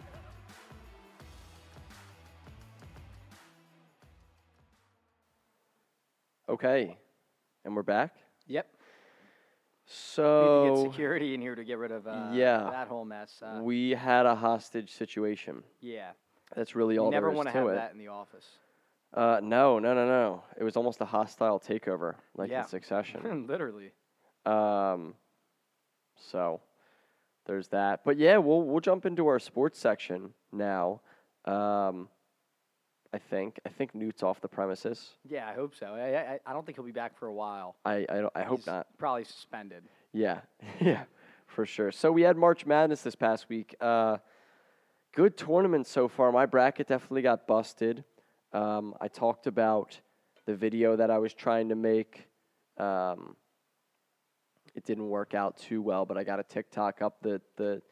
S1: Okay. And we're back.
S2: yep. We need to get
S1: So
S2: security in here to get rid of uh,
S1: Yeah.
S2: that whole mess. Uh,
S1: we had a hostage situation.
S2: yeah,
S1: That's really all
S2: you never
S1: there is
S2: want
S1: to
S2: to have
S1: it.
S2: that in the office.
S1: Uh, no, no, no, no. It was almost a hostile takeover, like
S2: Yeah.
S1: in succession.
S2: Literally.
S1: um, so there's that. But yeah, we'll we'll jump into our sports section now. Um, I think I think Newt's off the premises.
S2: Yeah, I hope so. I, I, I- I don't think he'll be back for a while.
S1: I I, don't, I hope
S2: He's
S1: not.
S2: Probably suspended.
S1: Yeah, yeah, for sure. So we had March Madness this past week. Uh, good tournament so far. My bracket definitely got busted. Um, I talked about the video that I was trying to make. Um, it didn't work out too well, but I got a TikTok up. The the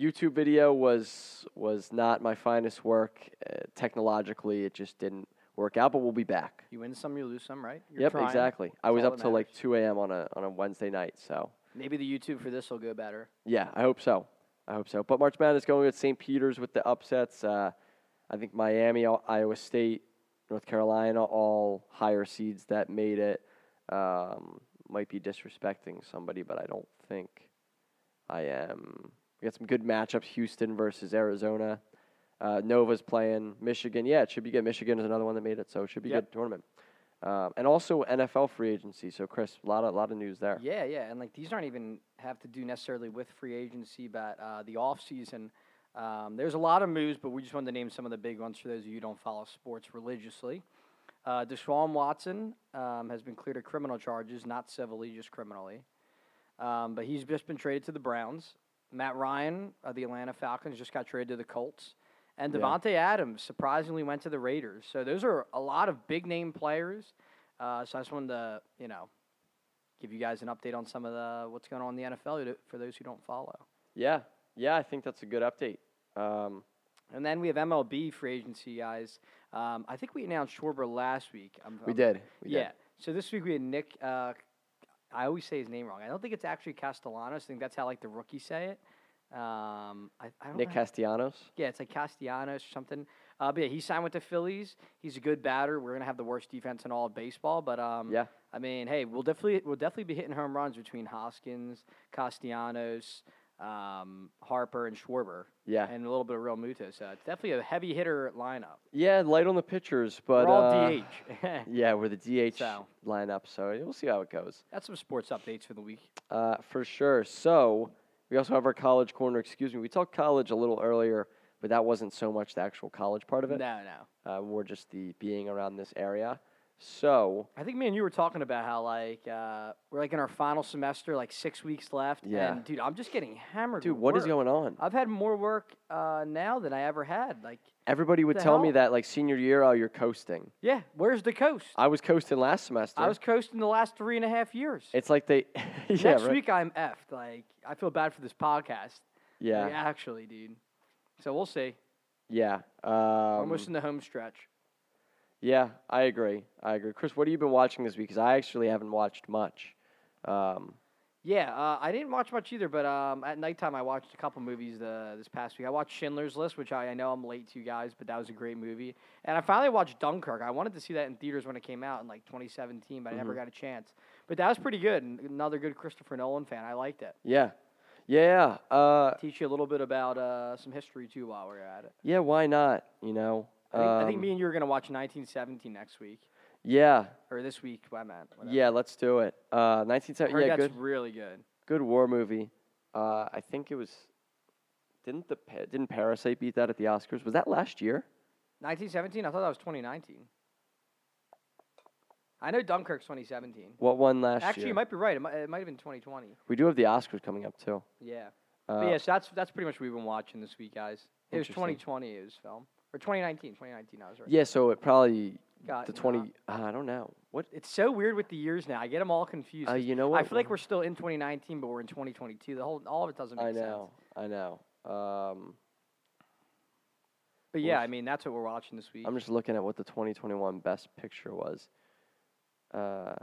S1: YouTube video was was not my finest work uh, technologically. It just didn't work out, but we'll be back
S2: You win some, you lose some, right? You're
S1: yep,
S2: trying.
S1: exactly. I
S2: That's
S1: was
S2: all
S1: up
S2: that
S1: till like 2 a.m. on a on a Wednesday night. So
S2: Maybe the YouTube for this will go better.
S1: yeah, I hope so. I hope so. But March Madness going with St. Peter's with the upsets. Uh, I think Miami, Al- Iowa State, North Carolina, all higher seeds that made it. Um, might be disrespecting somebody, but I don't think I am. We got some good matchups: Houston versus Arizona. Uh, Nova's playing Michigan. Yeah, it should be good. Michigan is another one that made it, so it should be a
S2: Yep.
S1: good tournament. Um, and also NFL free agency. So Chris, a lot of lot of news there.
S2: Yeah, yeah, and like these aren't even have to do necessarily with free agency, but uh, the off season. Um, there's a lot of moves, but we just wanted to name some of the big ones for those of you who don't follow sports religiously. Uh, Deshaun Watson um, has been cleared of criminal charges, not civilly, just criminally. Um, but he's just been traded to the Browns. Matt Ryan of the Atlanta Falcons just got traded to the Colts. And
S1: Yeah.
S2: Devontae Adams surprisingly went to the Raiders. So those are a lot of big name players. Uh, so I just wanted to, you know, give you guys an update on some of the what's going on in the NFL to- for those who don't follow.
S1: Yeah, yeah, I think that's a good update. Um,
S2: And then we have MLB free agency guys. Um, I think we announced Schwarber last week. I'm,
S1: we
S2: I'm-
S1: did. We
S2: yeah. So this week we had Nick. Uh, I always say his name wrong. I don't think it's actually Castellanos. I think that's how like the rookies say it. Um, I, I don't
S1: Did. Nick
S2: know.
S1: Castellanos.
S2: yeah, it's like Castellanos or something. Uh, but yeah, he signed with the Phillies. He's a good batter. We're gonna have the worst defense in all of baseball. But um,
S1: Yeah.
S2: I mean, hey, we'll definitely we'll definitely be hitting home runs between Hoskins, Castellanos, um, Harper, and Schwarber,
S1: Yeah,
S2: and a little bit of Real Muto. So it's definitely a heavy hitter lineup.
S1: yeah, light on the pitchers, but
S2: We're all
S1: uh,
S2: DH.
S1: Yeah, we're the DH
S2: So.
S1: lineup, so we'll see how it goes
S2: That's some sports updates for the week.
S1: uh, for sure. So we also have our college corner. Excuse me, we talked college a little earlier, but that wasn't so much the actual college part of
S2: No,
S1: it.
S2: no.
S1: Uh, more just the being around this area. So
S2: I think me and you were talking about how like uh, we're like in our final semester, like six weeks left.
S1: Yeah.
S2: And dude, I'm just getting hammered.
S1: dude,
S2: with
S1: what is
S2: work.
S1: going on?
S2: I've had more work uh, now than I ever had. Like,
S1: Everybody would
S2: the
S1: tell me
S2: hell?
S1: that like senior year, oh, you're coasting.
S2: yeah, where's the coast?
S1: I was coasting last semester.
S2: I was coasting the last three and a half years.
S1: It's like they, yeah,
S2: Next
S1: right.
S2: week I'm effed. Like, I feel bad for this podcast.
S1: yeah,
S2: Like, actually, dude. So we'll see.
S1: yeah. Um,
S2: We're almost in the home stretch.
S1: Yeah, I agree. I agree. Chris, what have you been watching this week? Because I actually haven't watched much. Um,
S2: Yeah, uh, I didn't watch much either, but um, at nighttime I watched a couple movies the, this past week. I watched Schindler's List, which I, I know I'm late to you guys, but that was a great movie. And I finally watched Dunkirk. I wanted to see that in theaters when it came out in like 2017, but I
S1: Mm-hmm.
S2: never got a chance. But that was pretty good. and Another good Christopher Nolan fan. I liked it.
S1: yeah, yeah, yeah. Uh,
S2: Teach you a little bit about uh, some history too while we're at it.
S1: yeah. Why not? You know.
S2: I think, I think
S1: Um,
S2: me and you are gonna watch 1917 next week
S1: Yeah,
S2: or this week. I meant. whatever.
S1: yeah. Let's do it. Uh, nineteen
S2: I heard
S1: seventy. Yeah,
S2: that's
S1: good,
S2: really good.
S1: good war movie. Uh, I think it was. Didn't the Pa- didn't Parasite beat that at the Oscars? Was that last year?
S2: 1917. I thought that was 2019. I know Dunkirk's 2017.
S1: What won last
S2: Actually,
S1: year?
S2: you might be right. It might, it might have been 2020.
S1: we do have the Oscars coming up too.
S2: Yeah.
S1: Uh,
S2: but yeah, so that's that's pretty much what we've been watching this week, guys. It was
S1: Interesting.
S2: 2020. It was film or 2019. 2019. I was right.
S1: yeah, So it probably
S2: God,
S1: the
S2: no.
S1: twenty. Uh, I don't know. What?
S2: It's so weird with the years now. I get them all confused.
S1: Uh,
S2: 'cause
S1: you know what?
S2: I feel like we're still in 2019, but we're in 2022. The whole all of it doesn't make
S1: I
S2: sense.
S1: know. I know. Um.
S2: But
S1: We'll
S2: yeah,
S1: s-
S2: I mean that's what we're watching this week.
S1: I'm just looking at what the 2021 best picture was. Uh,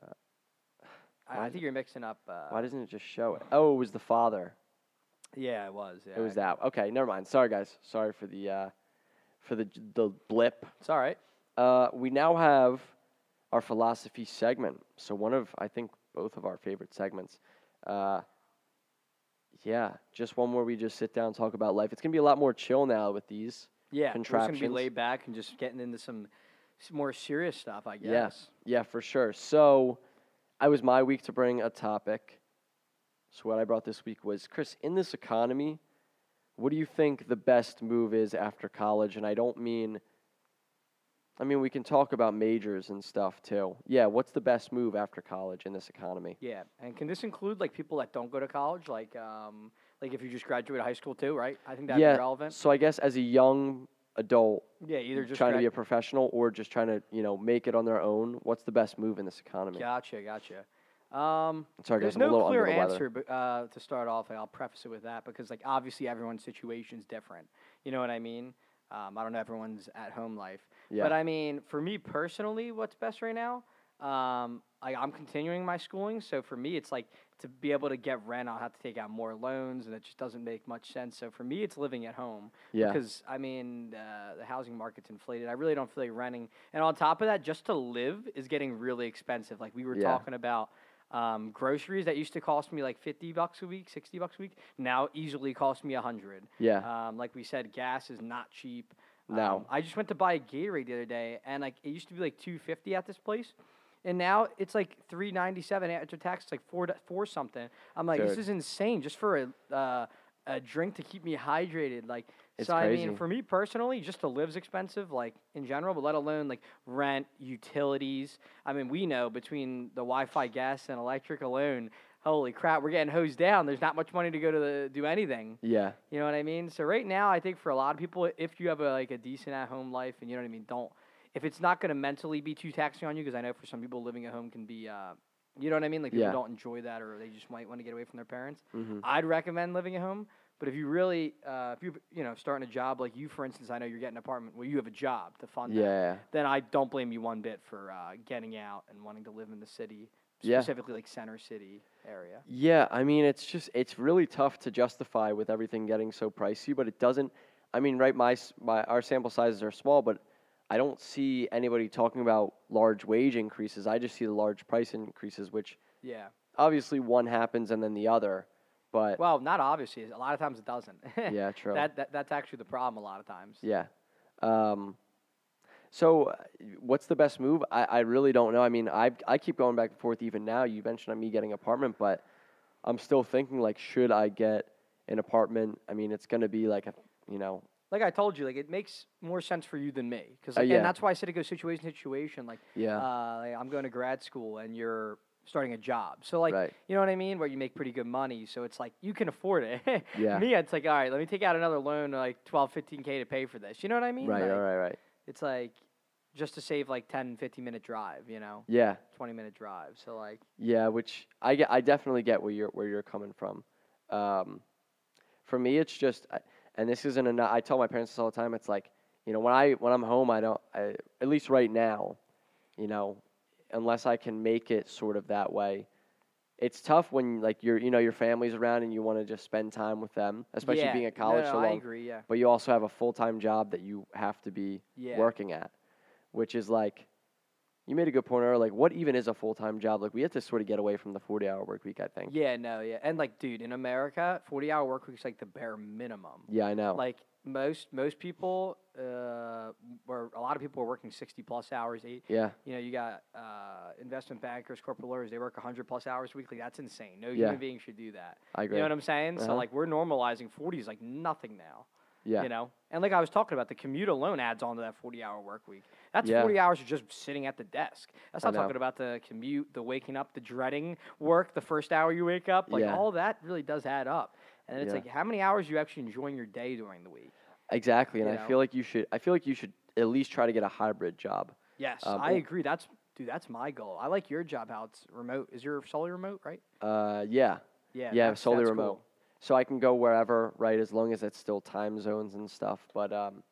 S2: I, I think you're mixing up. Uh,
S1: why doesn't it just show it? Oh, it was the father.
S2: Yeah, it was. Yeah,
S1: It was that. Okay, never mind. Sorry guys. Sorry for the uh, for the the blip.
S2: It's all right.
S1: Uh, we now have our philosophy segment. So one of I think both of our favorite segments. Uh, yeah, just one where we just sit down and talk about life. It's gonna be a lot more chill now with these.
S2: Yeah, we're just gonna be
S1: contraptions.
S2: laid back and just getting into some s- more serious stuff, I guess.
S1: Yeah, yeah, for sure. So, I was my week to bring a topic. So what I brought this week was Chris. In this economy, what do you think the best move is after college? And I don't mean. I mean, we can talk about majors and stuff too. Yeah, what's the best move after college in this economy?
S2: Yeah, and can this include like people that don't go to college, like um, like if you just graduate high school too, right? I think that'd
S1: yeah.
S2: be relevant.
S1: So I guess as a young adult,
S2: Yeah, either just
S1: trying Mm, to be a
S2: grad-
S1: professional or just trying to you know make it on their own, what's the best move in this economy?
S2: gotcha, gotcha. Um,
S1: Sorry, guys,
S2: there's
S1: I'm a
S2: no
S1: little
S2: clear
S1: under the weather.
S2: answer, but uh, to start off, and I'll preface it with that because like obviously everyone's situation's different. You know what I mean? Um, I don't know everyone's at home life,
S1: Yeah.
S2: but I mean for me personally, what's best right now? Um, I, I'm continuing my schooling, so for me it's like to be able to get rent, I'll have to take out more loans, and it just doesn't make much sense. So for me, it's living at home.
S1: Yeah.
S2: Because I mean, uh, the housing market's inflated. I really don't feel like renting. And on top of that, just to live is getting really expensive. Like we were
S1: Yeah.
S2: talking about um, groceries that used to cost me like fifty bucks a week, sixty bucks a week. Now easily cost me a hundred.
S1: Yeah.
S2: Um, like we said, gas is not cheap.
S1: No.
S2: Um, I just went to buy a Gatorade the other day, and like it used to be like two fifty at this place. And now it's like three ninety seven after tax, it's like four do- four something. I'm like, this
S1: Dude.
S2: is insane just for a uh, a drink to keep me hydrated. Like,
S1: It's
S2: so I
S1: crazy.
S2: mean, for me personally, just to live's expensive, like in general, but let alone like rent, utilities. I mean, we know between the Wi-Fi, gas, and electric alone, holy crap, we're getting hosed down. There's not much money to go to the, do anything.
S1: yeah.
S2: You know what I mean? So right now, I think for a lot of people, if you have a, like a decent at home life, and you know what I mean, don't. If it's not going to mentally be too taxing on you, because I know for some people living at home can be, uh, you know what I mean? Like people
S1: Yeah.
S2: don't enjoy that, or they just might want to get away from their parents.
S1: Mhm.
S2: I'd recommend living at home. But if you really, uh, if you you know starting a job like you, for instance, I know you're getting an apartment. Well, you have a job to fund. that,
S1: Yeah.
S2: then I don't blame you one bit for uh, getting out and wanting to live in the city,
S1: Yeah.
S2: specifically like center city area.
S1: Yeah, I mean, it's just it's really tough to justify with everything getting so pricey, but it doesn't. I mean, right? My s- my our sample sizes are small, but I don't see anybody talking about large wage increases. I just see the large price increases, which
S2: Yeah.
S1: obviously one happens and then the other, but
S2: Well, not obviously. A lot of times it doesn't.
S1: yeah, true.
S2: That, that that's actually the problem a lot of times.
S1: Yeah. Um, so, uh, what's the best move? I, I really don't know. I mean, I I keep going back and forth. Even now, you mentioned on me getting apartment, but I'm still thinking like, should I get an apartment? I mean, it's gonna be like a you know,
S2: Like I told you, like it makes more sense for you than me, because
S1: Uh, yeah.
S2: and that's why I said it goes situation to situation. Like,
S1: Yeah.
S2: uh, like, I'm going to grad school and you're starting a job, so like
S1: Right.
S2: you know what I mean, where you make pretty good money, so it's like you can afford it.
S1: Yeah.
S2: me, it's like all right, let me take out another loan, like 12, 15 k to pay for this. You know what I mean?
S1: right,
S2: Like,
S1: right, right, right.
S2: It's like just to save like 10, 15 minute drive, you know,
S1: Yeah,
S2: twenty minute drive. So like,
S1: yeah. Which I get. I definitely get where you're where you're coming from. Um, for me, it's just, I- and this isn't. An, I tell my parents this all the time. It's like, you know, when I when I'm home, I don't. I, at least right now, you know, unless I can make it sort of that way. It's tough when like your you know your family's around and you want to just spend time with them, especially
S2: yeah.
S1: being at
S2: No,
S1: college
S2: no,
S1: so
S2: I
S1: long.
S2: agree. Yeah.
S1: But you also have a full time job that you have to be
S2: Yeah.
S1: working at, which is like, you made a good point earlier. Like, what even is a full time job? Like, we have to sort of get away from the forty hour work week. I think.
S2: Yeah, no, yeah. And like, dude, in America, forty hour work week is like the bare minimum.
S1: Yeah, I know.
S2: Like most most people, uh, or a lot of people are working sixty plus hours. Eight,
S1: yeah.
S2: you know, you got uh, investment bankers, corporate lawyers. They work hundred plus hours weekly. That's insane. No
S1: Yeah.
S2: human being should do that.
S1: I agree.
S2: You know what I'm saying?
S1: Uh-huh.
S2: So like, we're normalizing forty is like nothing now.
S1: yeah.
S2: You know, and like I was talking about, the commute alone adds on to that forty hour work week. That's
S1: Yeah.
S2: forty hours of just sitting at the desk. That's
S1: I
S2: not
S1: know.
S2: talking about the commute, the waking up, the dreading work, the first hour you wake up. Like
S1: Yeah.
S2: all that really does add up. And it's
S1: Yeah.
S2: like how many hours you actually enjoying your day during the week?
S1: exactly. And
S2: you
S1: I
S2: know.
S1: feel like you should. I feel like you should at least try to get a hybrid job.
S2: Yes,
S1: Um,
S2: I
S1: or-
S2: agree. That's dude, that's my goal. I like your job how it's remote. Is your solely remote, right?
S1: Uh, yeah.
S2: Yeah,
S1: Yeah,
S2: that's-
S1: solely
S2: that's
S1: remote.
S2: cool.
S1: So I can go wherever, right? As long as it's still time zones and stuff. But um,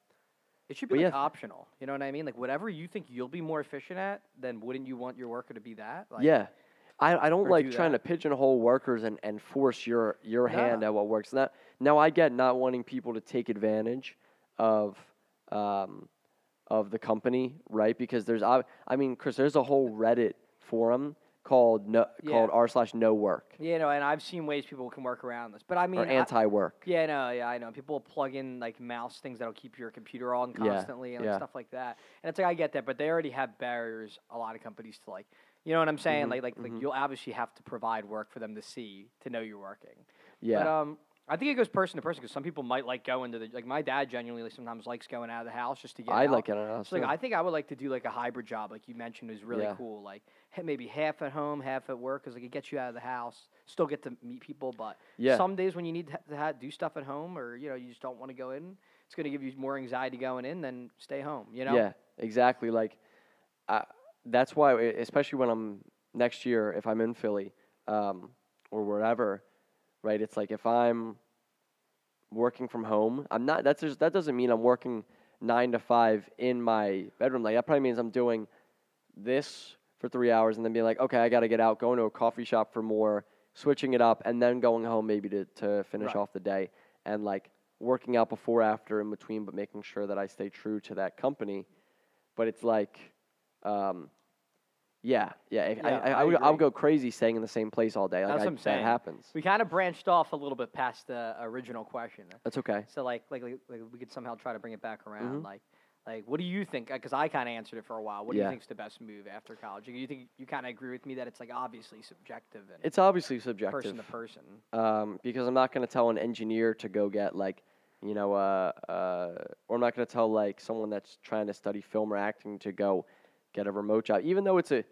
S2: It should be
S1: But
S2: like
S1: yeah.
S2: optional. You know what I mean? Like whatever you think you'll be more efficient at, then wouldn't you want your worker to be that? Like,
S1: yeah, I, I don't
S2: or
S1: like
S2: do
S1: trying
S2: that.
S1: to pigeonhole workers and, and force your your hand
S2: No.
S1: at what works. Now, now I get not wanting people to take advantage of um, of the company, right? Because there's ob- I mean, Chris, there's a whole Reddit forum called no,
S2: Yeah.
S1: called r slash no work
S2: You know, and I've seen ways people can work around this, but I mean,
S1: or
S2: I-
S1: anti work.
S2: Yeah, no, yeah, I know. People plug in like mouse things that'll keep your computer on
S1: Yeah,
S2: constantly and like,
S1: yeah.
S2: stuff like that. And it's like I get that, but they already have barriers. A lot of companies to like, you know what I'm
S1: Mm-hmm,
S2: saying? Like, like, like you'll obviously have to provide work for them to see to know you're working. But
S1: Yeah,
S2: um, I think it goes person to person because some people might like going to the like my dad genuinely sometimes likes going out of the house just to get.
S1: I
S2: out.
S1: like it. I don't
S2: So like,
S1: know.
S2: I think I would like to do like a hybrid job, like you mentioned, is really
S1: Oh, Yeah.
S2: cool. Like ha- maybe half at home, half at work, because like it gets you out of the house, still get to meet people. But
S1: Yeah.
S2: some days when you need to, ha- to ha- do stuff at home, or you know you just don't want to go in, it's going to give you more anxiety going in than stay home. You know.
S1: Yeah, exactly. Like, I, that's why, e- especially when I'm next year, if I'm in Philly um, or wherever, right? It's like if I'm working from home, I'm not. That's just, that doesn't mean I'm working nine to five in my bedroom. Like that probably means I'm doing this for three hours and then being like, okay, I got to get out, going to a coffee shop for more, switching it up, and then going home maybe to to finish
S2: Right.
S1: off the day and like working out before, after, in between, but making sure that I stay true to that company. But it's like, um, yeah, yeah. if- I,
S2: Yeah,
S1: I,
S2: I
S1: I, would, I would
S2: agree.
S1: go crazy staying in the same place all day. Like
S2: That's
S1: I,
S2: what I'm
S1: That
S2: saying.
S1: happens.
S2: We kind of branched off a little bit past the original question.
S1: That's okay.
S2: So like, like, like, like we could somehow try to bring it back around.
S1: Mm-hmm.
S2: Like, like, what do you think? Because I kind of answered it for a while. What do you
S1: Yeah.
S2: think's the best move after college? You think you kind of agree with me that it's like obviously subjective and
S1: It's obviously subjective.
S2: person to person.
S1: um, because I'm not going to tell an engineer to go get like, you know, uh, uh, or I'm not going to tell like someone that's trying to study film or acting to go get a remote job, even though it's a,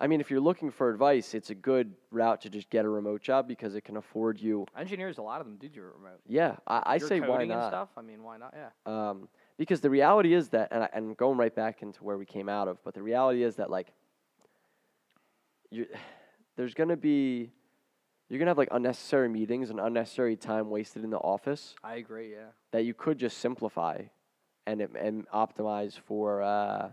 S1: I mean, if you're looking for advice, it's a good route to just get a remote job because it can afford you.
S2: Engineers, a lot of them do do it remote.
S1: Yeah, I, I
S2: You're
S1: say why
S2: coding And
S1: not?
S2: stuff. I mean, why not? Yeah.
S1: Um, because the reality is that, and, I, and going right back into where we came out of, but the reality is that like, you, there's gonna be, you're gonna have like unnecessary meetings and unnecessary time wasted in the office
S2: I agree. Yeah.
S1: that you could just simplify, and it, and optimize for, uh,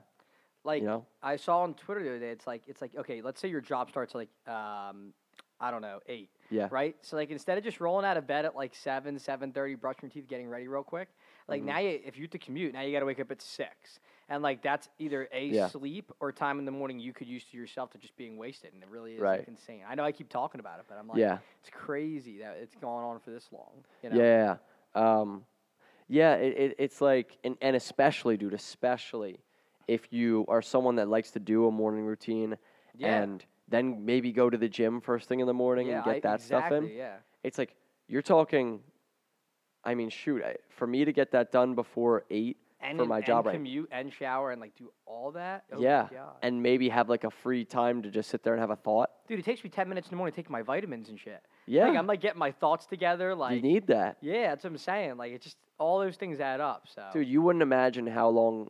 S2: Like
S1: you know,
S2: I saw on Twitter the other day. It's like it's like okay, let's say your job starts like um, I don't know eight.
S1: yeah,
S2: right? So like instead of just rolling out of bed at like seven, seven thirty, brushing your teeth, getting ready real quick,
S1: Mm-hmm.
S2: like now you if you have to commute, now you got to wake up at six, and like that's either a
S1: Yeah.
S2: sleep or time in the morning you could use to yourself to just being wasted, and it really is
S1: Right.
S2: like insane. I know I keep talking about it, but I'm like,
S1: yeah.
S2: it's crazy that it's going on for this long. You know?
S1: Yeah, yeah. Um, yeah, it, it, it's like, and, and especially, dude, especially if you are someone that likes to do a morning routine
S2: Yeah.
S1: and then maybe go to the gym first thing in the morning
S2: yeah,
S1: and get
S2: I-
S1: that
S2: exactly,
S1: stuff in.
S2: Yeah,
S1: It's like, you're talking, I mean, shoot, I, for me to get that done before eight
S2: and
S1: for
S2: in-
S1: my job
S2: and
S1: right
S2: commute and shower and like do all that. Oh my
S1: yeah,
S2: God.
S1: and maybe have like a free time to just sit there and have a thought.
S2: dude, it takes me ten minutes in the morning to take my vitamins and shit. like,
S1: Yeah.
S2: I'm like getting my thoughts together. Like
S1: you need that.
S2: Yeah, that's what I'm saying. Like, it just all those things add up. So,
S1: Dude, you wouldn't imagine how long.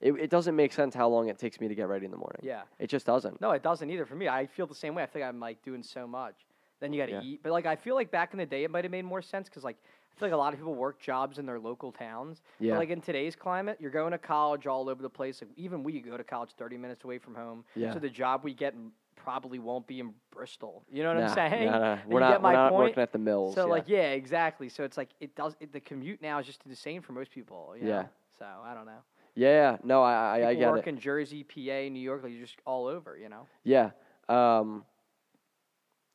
S1: It, it doesn't make sense how long it takes me to get ready in the morning.
S2: yeah.
S1: It just doesn't.
S2: No, it doesn't either for me. I feel the same way. I think I'm like doing so much. Then you got to
S1: Yeah.
S2: eat. But like, I feel like back in the day, it might have made more sense because like, I feel like a lot of people work jobs in their local towns.
S1: Yeah.
S2: But like in today's climate, you're going to college all over the place. Like, even we go to college 30 minutes away from home.
S1: Yeah.
S2: So the job we get m- probably won't be in Bristol. You know what
S1: Nah,
S2: I'm saying?
S1: nah, nah.
S2: You
S1: We're
S2: get
S1: not,
S2: my
S1: we're not
S2: point?
S1: working at the mills.
S2: So
S1: yeah.
S2: like, yeah, exactly. So it's like it does. It, the commute now is just insane for most people. you
S1: Yeah.
S2: know? So I don't know.
S1: yeah, no, I, I, I
S2: people
S1: get
S2: work
S1: it.
S2: in Jersey, PA, New York, like you're just all over, you know.
S1: Yeah, um,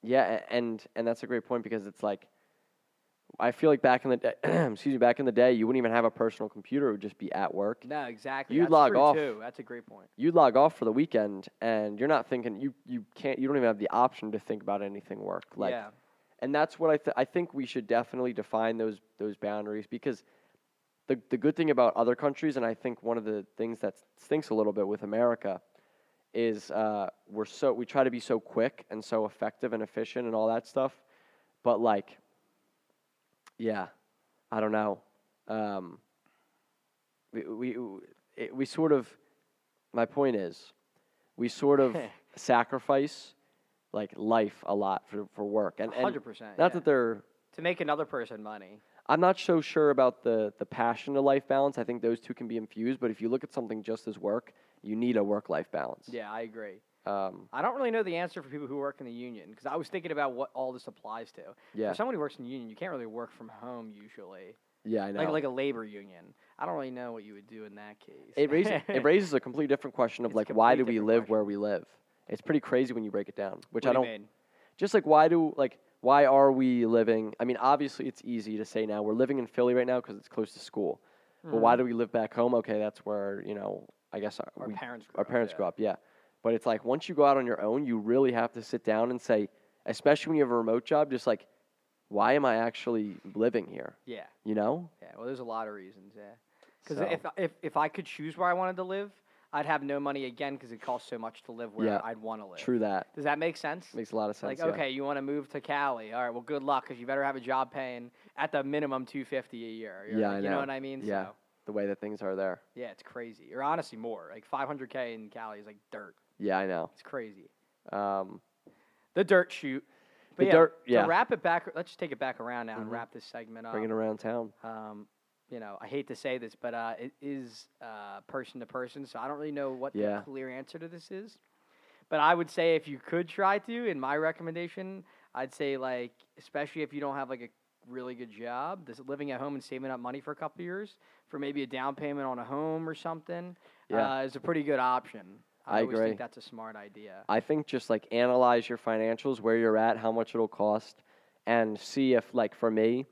S1: yeah, a- and and that's a great point because it's like, I feel like back in the day, excuse me, back in the day, you wouldn't even have a personal computer; it would just be at work.
S2: No, exactly.
S1: You
S2: That's
S1: log
S2: true,
S1: off.
S2: Too. That's a great point.
S1: You log off for the weekend, and you're not thinking. You you can't. You don't even have the option to think about anything work. Like,
S2: yeah,
S1: and that's what I th- I think we should definitely define those those boundaries because the the good thing about other countries and I think one of the things that stinks a little bit with America is uh, we're so we try to be so quick and so effective and efficient and all that stuff, but like, yeah, I don't know. Um, we we it, we sort of my point is we sort of sacrifice like life a lot for, for work and, and
S2: hundred percent.
S1: not
S2: yeah.
S1: that they're
S2: to make another person money.
S1: i'm not so sure about the the passion to life balance i think those two can be infused but if you look at something just as work you need a work life balance
S2: Yeah, I agree.
S1: um,
S2: I don't really know the answer for people who work in the union because I was thinking about what all this applies to.
S1: yeah
S2: For someone who works in the union, you can't really work from home usually,
S1: yeah i know
S2: like like a labor union. I don't really know what you would do in that case.
S1: it raises it raises a completely different question of
S2: It's a
S1: like why do
S2: complete
S1: we
S2: different
S1: live
S2: question.
S1: where we live It's pretty crazy when you break it down, which
S2: What
S1: I
S2: do you
S1: don't.
S2: mean?
S1: Just like why do like why are we living? I mean, obviously it's easy to say now we're living in Philly right now because it's close to school, but why do we live back home? Okay, that's where you know I guess our,
S2: Hmm. Our
S1: we-
S2: parents grew
S1: our
S2: up,
S1: parents
S2: yeah.
S1: grew up. Yeah, but it's like once you go out on your own, you really have to sit down and say, especially when you have a remote job, just like why am I actually living here?
S2: Yeah.
S1: You know?
S2: Yeah. Well, there's a lot of reasons. Yeah. Because
S1: So-
S2: if, if if I could choose where I wanted to live, I'd have no money again because it costs so much to live where
S1: Yeah.
S2: I'd want to live.
S1: True that.
S2: Does that make sense?
S1: Makes a lot of sense.
S2: like
S1: yeah.
S2: okay, you want to move to Cali. All right, well, good luck because you better have a job paying at the minimum two fifty a year. You're
S1: Yeah,
S2: like,
S1: I
S2: you know
S1: know.
S2: what I mean?
S1: Yeah.
S2: So,
S1: The way that things are there.
S2: yeah, it's crazy. Or honestly, more like five hundred k in Cali is like dirt.
S1: Yeah, I know.
S2: It's crazy.
S1: Um,
S2: The dirt shoot. But
S1: The
S2: yeah,
S1: dirt- yeah.
S2: To wrap it back, let's just take it back around now and
S1: Mhm.
S2: wrap this segment up.
S1: bringing around town.
S2: um, you know, I hate to say this, but uh, it is uh, person to person, so I don't really know what
S1: Yeah.
S2: the clear answer to this is. But I would say if you could try to, in my recommendation, I'd say like, especially if you don't have like a really good job, this living at home and saving up money for a couple of years for maybe a down payment on a home or something,
S1: Yeah.
S2: uh, is a pretty good option.
S1: I
S2: always
S1: agree.
S2: think that's a smart idea.
S1: I think just like analyze your financials, where you're at, how much it'll cost, and see if, like, for me,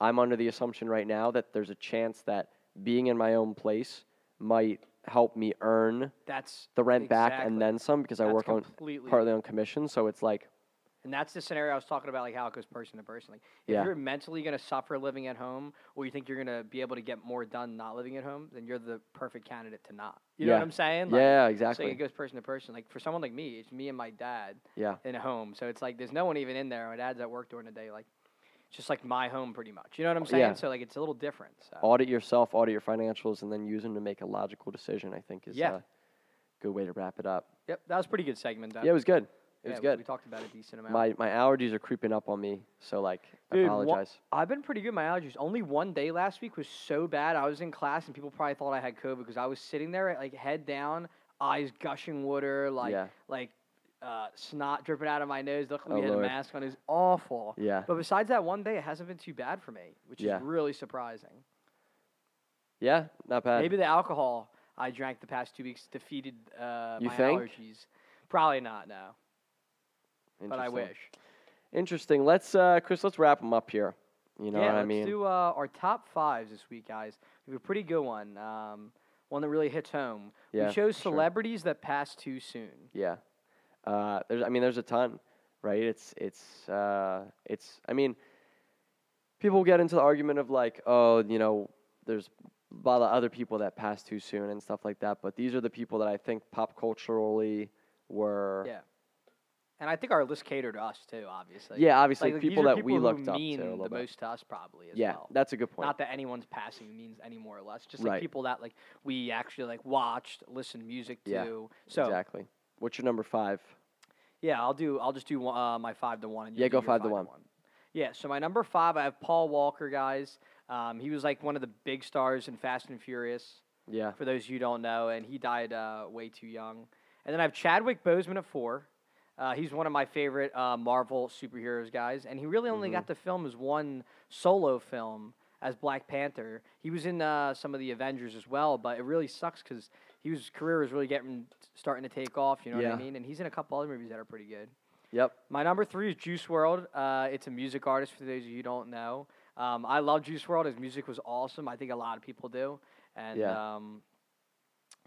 S1: I'm under the assumption right now that there's a chance that being in my own place might help me earn
S2: That's
S1: the rent back
S2: exactly.
S1: and then some because I
S2: That's
S1: work on
S2: completely
S1: partly on commission. So it's like,
S2: And that's the scenario I was talking about, like how it goes person to person. Like, if
S1: Yeah.
S2: you're mentally going to suffer living at home, or you think you're going to be able to get more done not living at home, then you're the perfect candidate to not. You know
S1: Yeah.
S2: what I'm saying? Like,
S1: yeah,
S2: So it
S1: exactly.
S2: goes person to person. Like for someone like me, it's me and my dad
S1: Yeah.
S2: in a home. So it's like there's no one even in there. My dad's at work during the day. Like it's just like my home, pretty much. You know what I'm saying?
S1: Oh, Yeah.
S2: So like it's a little different. So.
S1: Audit yourself, audit your financials, and then use them to make a logical decision, I think is
S2: Yeah.
S1: a good way to wrap it up.
S2: Yep, that was a pretty good segment. Though.
S1: Yeah, it was good. It
S2: Yeah,
S1: was
S2: we-
S1: good.
S2: We talked about a decent amount.
S1: My my allergies are creeping up on me, so like I
S2: Dude, wha-
S1: apologize.
S2: I've been pretty good. My allergies. Only one day last week was so bad. I was in class and people probably thought I had COVID because I was sitting there like head down, eyes gushing water, like
S1: Yeah.
S2: like uh, snot dripping out of my nose. Luckily,
S1: Oh,
S2: we had
S1: Lord.
S2: a mask on. It was awful.
S1: Yeah.
S2: But besides that one day, it hasn't been too bad for me, which
S1: Yeah.
S2: is really surprising.
S1: Yeah, not bad.
S2: Maybe the alcohol I drank the past two weeks defeated uh,
S1: You
S2: my
S1: think?
S2: allergies. Probably not, no. But I
S1: Interesting.
S2: wish.
S1: Interesting. Let's uh Chris, let's wrap them up here. You know
S2: yeah,
S1: what I
S2: let's
S1: mean?
S2: do uh, our top fives this week, guys. We have a pretty good one, um, one that really hits home.
S1: Yeah,
S2: we chose
S1: for sure.
S2: celebrities that passed too soon.
S1: yeah. Uh there's I mean there's a ton, right? It's it's uh it's I mean people get into the argument of like, oh, you know, there's a lot of other people that passed too soon and stuff like that, but these are the people that I think pop culturally were
S2: Yeah, and I think our list catered to us too, obviously.
S1: Yeah, obviously
S2: like, like,
S1: people
S2: these are
S1: that
S2: people
S1: we
S2: who
S1: looked up to
S2: mean
S1: a little
S2: the
S1: bit.
S2: most to us probably as
S1: yeah,
S2: well.
S1: that's a good point.
S2: Not that anyone's passing means any more or less, just like
S1: Right.
S2: people that like we actually like watched, listened music to.
S1: Yeah,
S2: so
S1: Exactly. What's your number five?
S2: Yeah, I'll do. I'll just do one- uh, my five to one. And you
S1: Yeah,
S2: do
S1: go
S2: your
S1: five to one.
S2: Yeah, so my number five, I have Paul Walker, guys. Um, he was like one of the big stars in Fast and Furious.
S1: Yeah.
S2: For those you don't know, and he died uh, way too young. And then I have Chadwick Boseman at four. Uh, he's one of my favorite uh, Marvel superheroes guys, and he really only
S1: Mm-hmm.
S2: got to film his one solo film as Black Panther. He was in uh, some of the Avengers as well, but it really sucks because his career was really getting starting to take off. You know
S1: Yeah.
S2: what I mean? And he's in a couple other movies that are pretty good.
S1: Yep.
S2: My number three is Juice World. Uh, it's a music artist for those of you who don't know. Um, I love Juice World. His music was awesome. I think a lot of people do. And
S1: Yeah.
S2: um,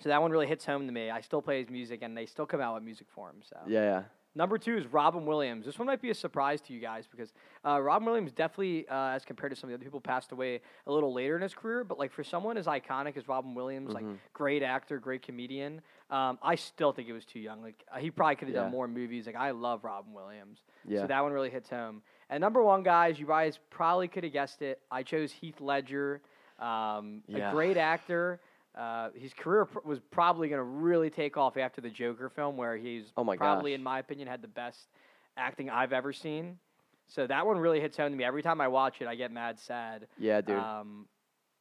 S2: so that one really hits home to me. I still play his music, and they still come out with music for him. So
S1: Yeah. yeah.
S2: number two is Robin Williams. This one might be a surprise to you guys because uh, Robin Williams definitely, uh, as compared to some of the other people, passed away a little later in his career. But like for someone as iconic as Robin Williams,
S1: Mm-hmm.
S2: like great actor, great comedian, um, I still think it was too young. Like uh, he probably could have
S1: Yeah.
S2: done more movies. Like I love Robin Williams.
S1: Yeah.
S2: So that one really hits home. And number one, guys, you guys probably could have guessed it. I chose Heath Ledger, um,
S1: Yeah.
S2: a great actor. Uh, his career pr- was probably going to really take off after the Joker film, where he's
S1: Oh my
S2: probably,
S1: gosh.
S2: in my opinion, had the best acting I've ever seen. So that one really hits home to me. Every time I watch it, I get mad sad.
S1: Yeah, dude.
S2: Um,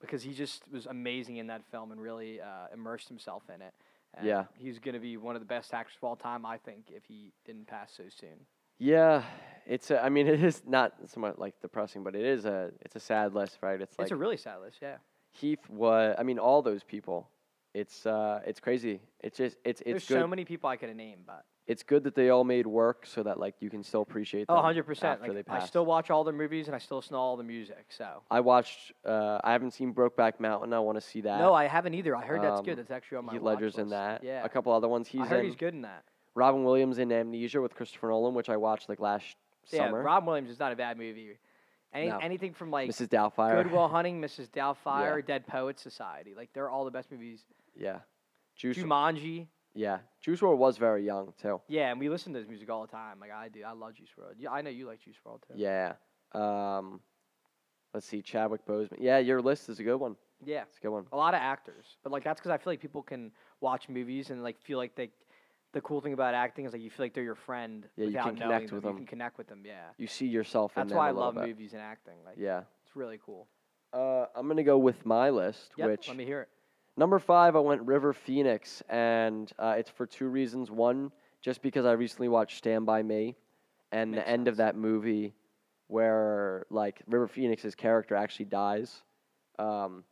S2: because he just was amazing in that film and really uh, immersed himself in it. And
S1: Yeah.
S2: He's going to be one of the best actors of all time, I think, if he didn't pass so soon.
S1: Yeah, it's. A, I mean, it is not somewhat like depressing, but it is a. It's a sad list, right? It's like
S2: it's a really sad list, yeah.
S1: Heath was. I mean, all those people It's uh, it's crazy. It's just it's
S2: There's
S1: it's good.
S2: so many people I could have named, but
S1: it's good that they all made work so that like you can still appreciate.
S2: oh,
S1: them
S2: 100 percent.
S1: After they
S2: Like, I
S1: pass.
S2: still watch all the movies and I still listen to all the music. So
S1: I watched. Uh, I haven't seen Brokeback Mountain. I want to see that.
S2: no, I haven't either. I heard that's
S1: um,
S2: good. That's actually on my
S1: Heath
S2: watch
S1: Ledger's in
S2: list.
S1: that.
S2: Yeah,
S1: A couple other ones. He's
S2: I heard
S1: in.
S2: he's good in that.
S1: Robin Williams in Amnesia with Christopher Nolan, which I watched like last summer.
S2: Yeah, Rob Williams is not a bad movie. Any,
S1: No.
S2: Anything from like
S1: Mrs. Doubtfire.
S2: Goodwill Hunting, Mrs. Doubtfire, Dead Poets Society. Like they're all the best movies.
S1: Yeah. Juice.
S2: Jumanji.
S1: yeah. Juice WRLD was very young too.
S2: Yeah, and we listen to his music all the time. Like I do. I love Juice World. Yeah, I know you like Juice World too.
S1: Yeah. Um, let's see. Chadwick Boseman. Yeah, your list is a good one.
S2: Yeah.
S1: It's a good one.
S2: A lot of actors. But like that's because I feel like people can watch movies and like feel like they. The cool thing about acting is like you feel like they're your friend.
S1: Yeah, you
S2: without
S1: can
S2: knowing
S1: connect
S2: them.
S1: with
S2: You
S1: them.
S2: can connect with them. Yeah.
S1: You see yourself in
S2: That's
S1: them
S2: why
S1: a
S2: I
S1: little
S2: love
S1: bit.
S2: movies and acting. Like
S1: Yeah.
S2: it's really cool.
S1: Uh, I'm gonna go with my list,
S2: Yep,
S1: which
S2: let me hear it.
S1: Number five, I went River Phoenix, and uh, it's for two reasons. One, just because I recently watched Stand By Me, and
S2: Makes
S1: the end of
S2: sense.
S1: that movie, where like River Phoenix's character actually dies, um,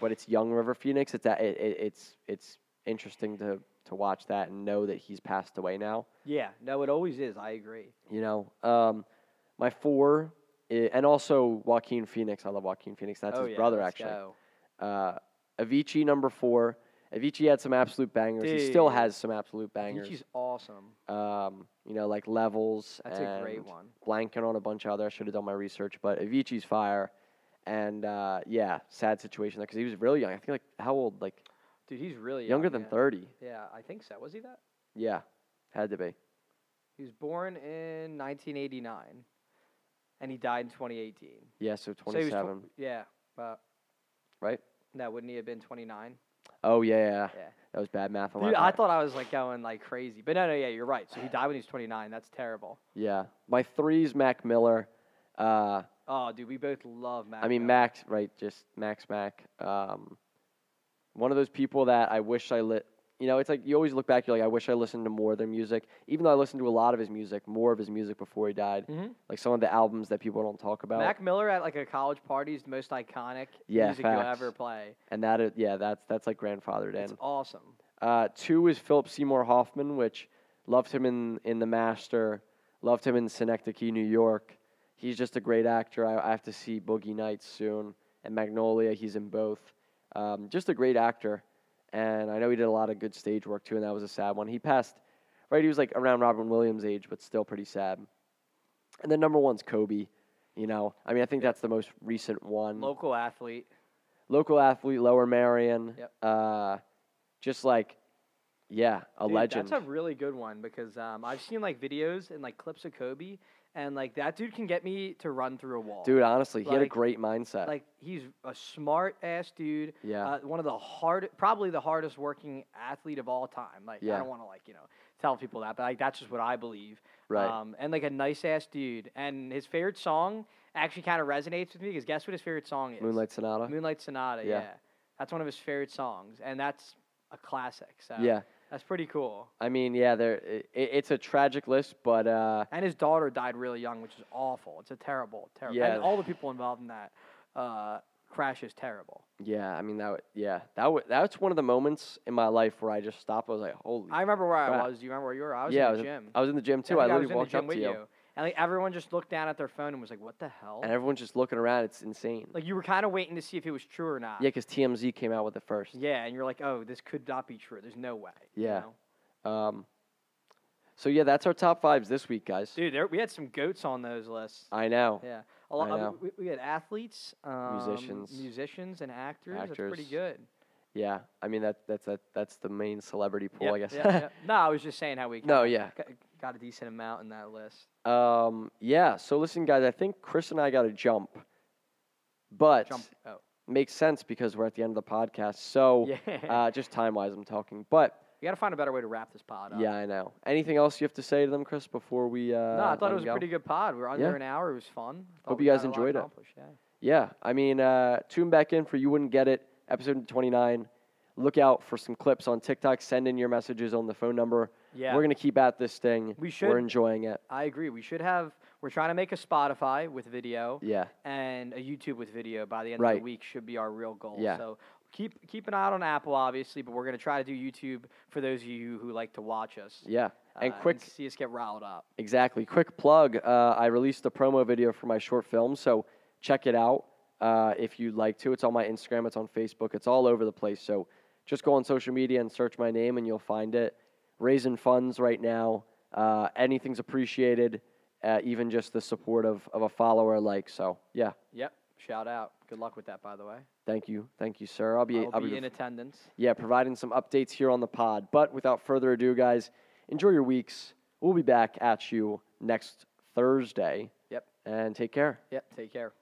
S1: but it's young River Phoenix. It's that it, it, it's it's interesting to to watch that and know that he's passed away now.
S2: Yeah. No, it always is. I agree.
S1: You know, um, my four, i and also Joaquin Phoenix. I love Joaquin Phoenix. That's
S2: oh,
S1: his
S2: yeah,
S1: brother
S2: let's
S1: actually
S2: go.
S1: uh, Avicii number four. Avicii had some absolute bangers. He still
S2: Dude.
S1: has some absolute bangers.
S2: Avicii's awesome.
S1: Um, you know, like levels.
S2: That's a great
S1: and
S2: one.
S1: Blanking on a bunch of other. I should have done my research, but Avicii's fire. And uh, yeah, sad situation there because he was really young. I think like how old? Like
S2: Dude, he's really
S1: younger
S2: young,
S1: than
S2: yeah.
S1: thirty.
S2: Yeah, I think so. Was he that?
S1: Yeah, had to be.
S2: He was born in 1989, and he died in 2018.
S1: Yeah, so
S2: So he was tw-
S1: twenty-seven,
S2: yeah, but
S1: right?
S2: no, wouldn't he have been 29?
S1: Oh yeah, yeah, yeah.
S2: Yeah.
S1: that was bad math on
S2: Dude,
S1: my
S2: I
S1: part.
S2: thought I was like going like crazy, but no, no, yeah, you're right. So he died when he was 29. That's terrible.
S1: yeah, my three's Mac Miller. Uh,
S2: Oh, dude, we both love Mac.
S1: I mean,
S2: Miller.
S1: Max, right? Just Max Mac. Um, one of those people that I wish I lit. You know, it's like you always look back. You're like, I wish I listened to more of their music. Even though I listened to a lot of his music, more of his music before he died.
S2: Mhm.
S1: Like some of the albums that people don't talk about.
S2: Mac Miller at like a college party is the most iconic
S1: Yeah,
S2: music you'll
S1: facts.
S2: ever play.
S1: and that, is, yeah, that's that's like grandfathered
S2: It's
S1: in.
S2: awesome.
S1: Uh, two is Philip Seymour Hoffman, which loved him in in The Master, loved him in Synecdoche, New York. He's just a great actor. I, I have to see Boogie Nights soon and Magnolia. He's in both. Um, just a great actor, and I know he did a lot of good stage work too. And that was a sad one. He passed, right? He was like around Robin Williams' age, but still pretty sad. And then number one's Kobe. You know, I mean, I think that's the most recent one
S2: Local athlete.
S1: local athlete, Lower Marion.
S2: Yep.
S1: Uh, just like, yeah, a
S2: Dude,
S1: legend.
S2: That's a really good one because um, I've seen like videos and like clips of Kobe, and like that dude can get me to run through a wall.
S1: Dude, honestly, he had a
S2: Like-
S1: great mindset.
S2: like he's a smart ass dude.
S1: Yeah.
S2: uh, one of the hard, probably the hardest working athlete of all time. Like I
S1: Yeah.
S2: don't want to like you know tell people that, but like that's just what I believe.
S1: Right.
S2: Um, and like a nice ass dude, and his favorite song actually kind of resonates with me because guess what his favorite song is?
S1: Moonlight Sonata.
S2: Moonlight Sonata. Yeah.
S1: Yeah.
S2: that's one of his favorite songs, and that's a classic. So
S1: Yeah.
S2: that's pretty cool.
S1: I mean, yeah, there. It, it's a tragic list, but uh,
S2: And his daughter died really young, which is awful. It's a terrible, terrible.
S1: Yeah.
S2: And all the people involved in that uh, crash is terrible.
S1: yeah, I mean that. w- Yeah, that w- that's one of the moments in my life where I just stopped. I was like, holy.
S2: I remember where
S1: Crap.
S2: I was. Do you remember where you were? I was
S1: yeah,
S2: in the
S1: I was,
S2: gym.
S1: I was in the gym too.
S2: think
S1: I
S2: I
S1: literally
S2: was in the
S1: walked
S2: gym
S1: up
S2: with
S1: to you,
S2: And like everyone just looked down at their phone and was like, "What the hell?"
S1: and everyone's just looking around. It's insane.
S2: like you were kind of waiting to see if it was true or not.
S1: yeah, because TMZ came out with it first.
S2: Yeah, and you're like, "Oh, this could not be true. There's no way." you
S1: Yeah.
S2: know?
S1: Um, so yeah, that's our top fives this week, guys.
S2: Dude, there, we had some goats on those lists.
S1: I know.
S2: yeah. A lot,
S1: I know.
S2: we, we had athletes, um,
S1: Musicians.
S2: musicians, and actors. That's pretty
S1: Actors.
S2: good.
S1: Yeah, I mean that that's that that's the main celebrity pool, I
S2: Yep,
S1: guess.
S2: yep, yep. No, I was just saying how we
S1: No,
S2: kinda
S1: yeah.
S2: got, got a decent amount in that list.
S1: Um, yeah. So listen, guys, I think Chris and I got to jump, but
S2: Jump. Oh,
S1: makes sense because we're at the end of the podcast. So
S2: Yeah.
S1: uh, just time wise, I'm talking. But
S2: we got to find a better way to wrap this pod up.
S1: yeah, I know. Anything else you have to say to them, Chris, before we? Uh,
S2: No, I thought
S1: let
S2: it
S1: 'em
S2: was a
S1: go?
S2: pretty good pod. We were under
S1: Yeah.
S2: an hour. It was fun. I thought
S1: Hope
S2: we
S1: you guys
S2: got a lot
S1: enjoyed it.
S2: accomplished, yeah.
S1: Yeah, I mean, uh, tune back in for You Wouldn't Get It, episode 29. Look out for some clips on TikTok. Send in your messages on the phone number.
S2: Yeah.
S1: We're gonna keep at this thing.
S2: We
S1: We're
S2: should.
S1: enjoying it.
S2: I agree. We should have. We're trying to make a Spotify with video
S1: Yeah.
S2: and a YouTube with video by the end of
S1: Right.
S2: the week should be our real goal.
S1: Yeah.
S2: So keep keep an eye out on Apple, obviously, but we're gonna try to do YouTube for those of you who like to watch us.
S1: Yeah. And
S2: uh,
S1: quick,
S2: see us get riled up.
S1: exactly. Quick plug. Uh, I released a promo video for my short film, so check it out uh, if you'd like to. It's on my Instagram. It's on Facebook. It's all over the place. So just go on social media and search my name, and you'll find it. Raising funds right now. Uh, anything's appreciated. Uh, even just the support of, of a follower like so yeah
S2: Yep. Shout out. Good luck with that, by the way.
S1: thank you thank you sir i'll be
S2: I'll
S1: i'll
S2: be
S1: be
S2: in attendance.
S1: yeah, providing some updates here on the pod. But without further ado, guys, enjoy your weeks. We'll be back at you next Thursday.
S2: Yep.
S1: And take care.
S2: Yep. Take care.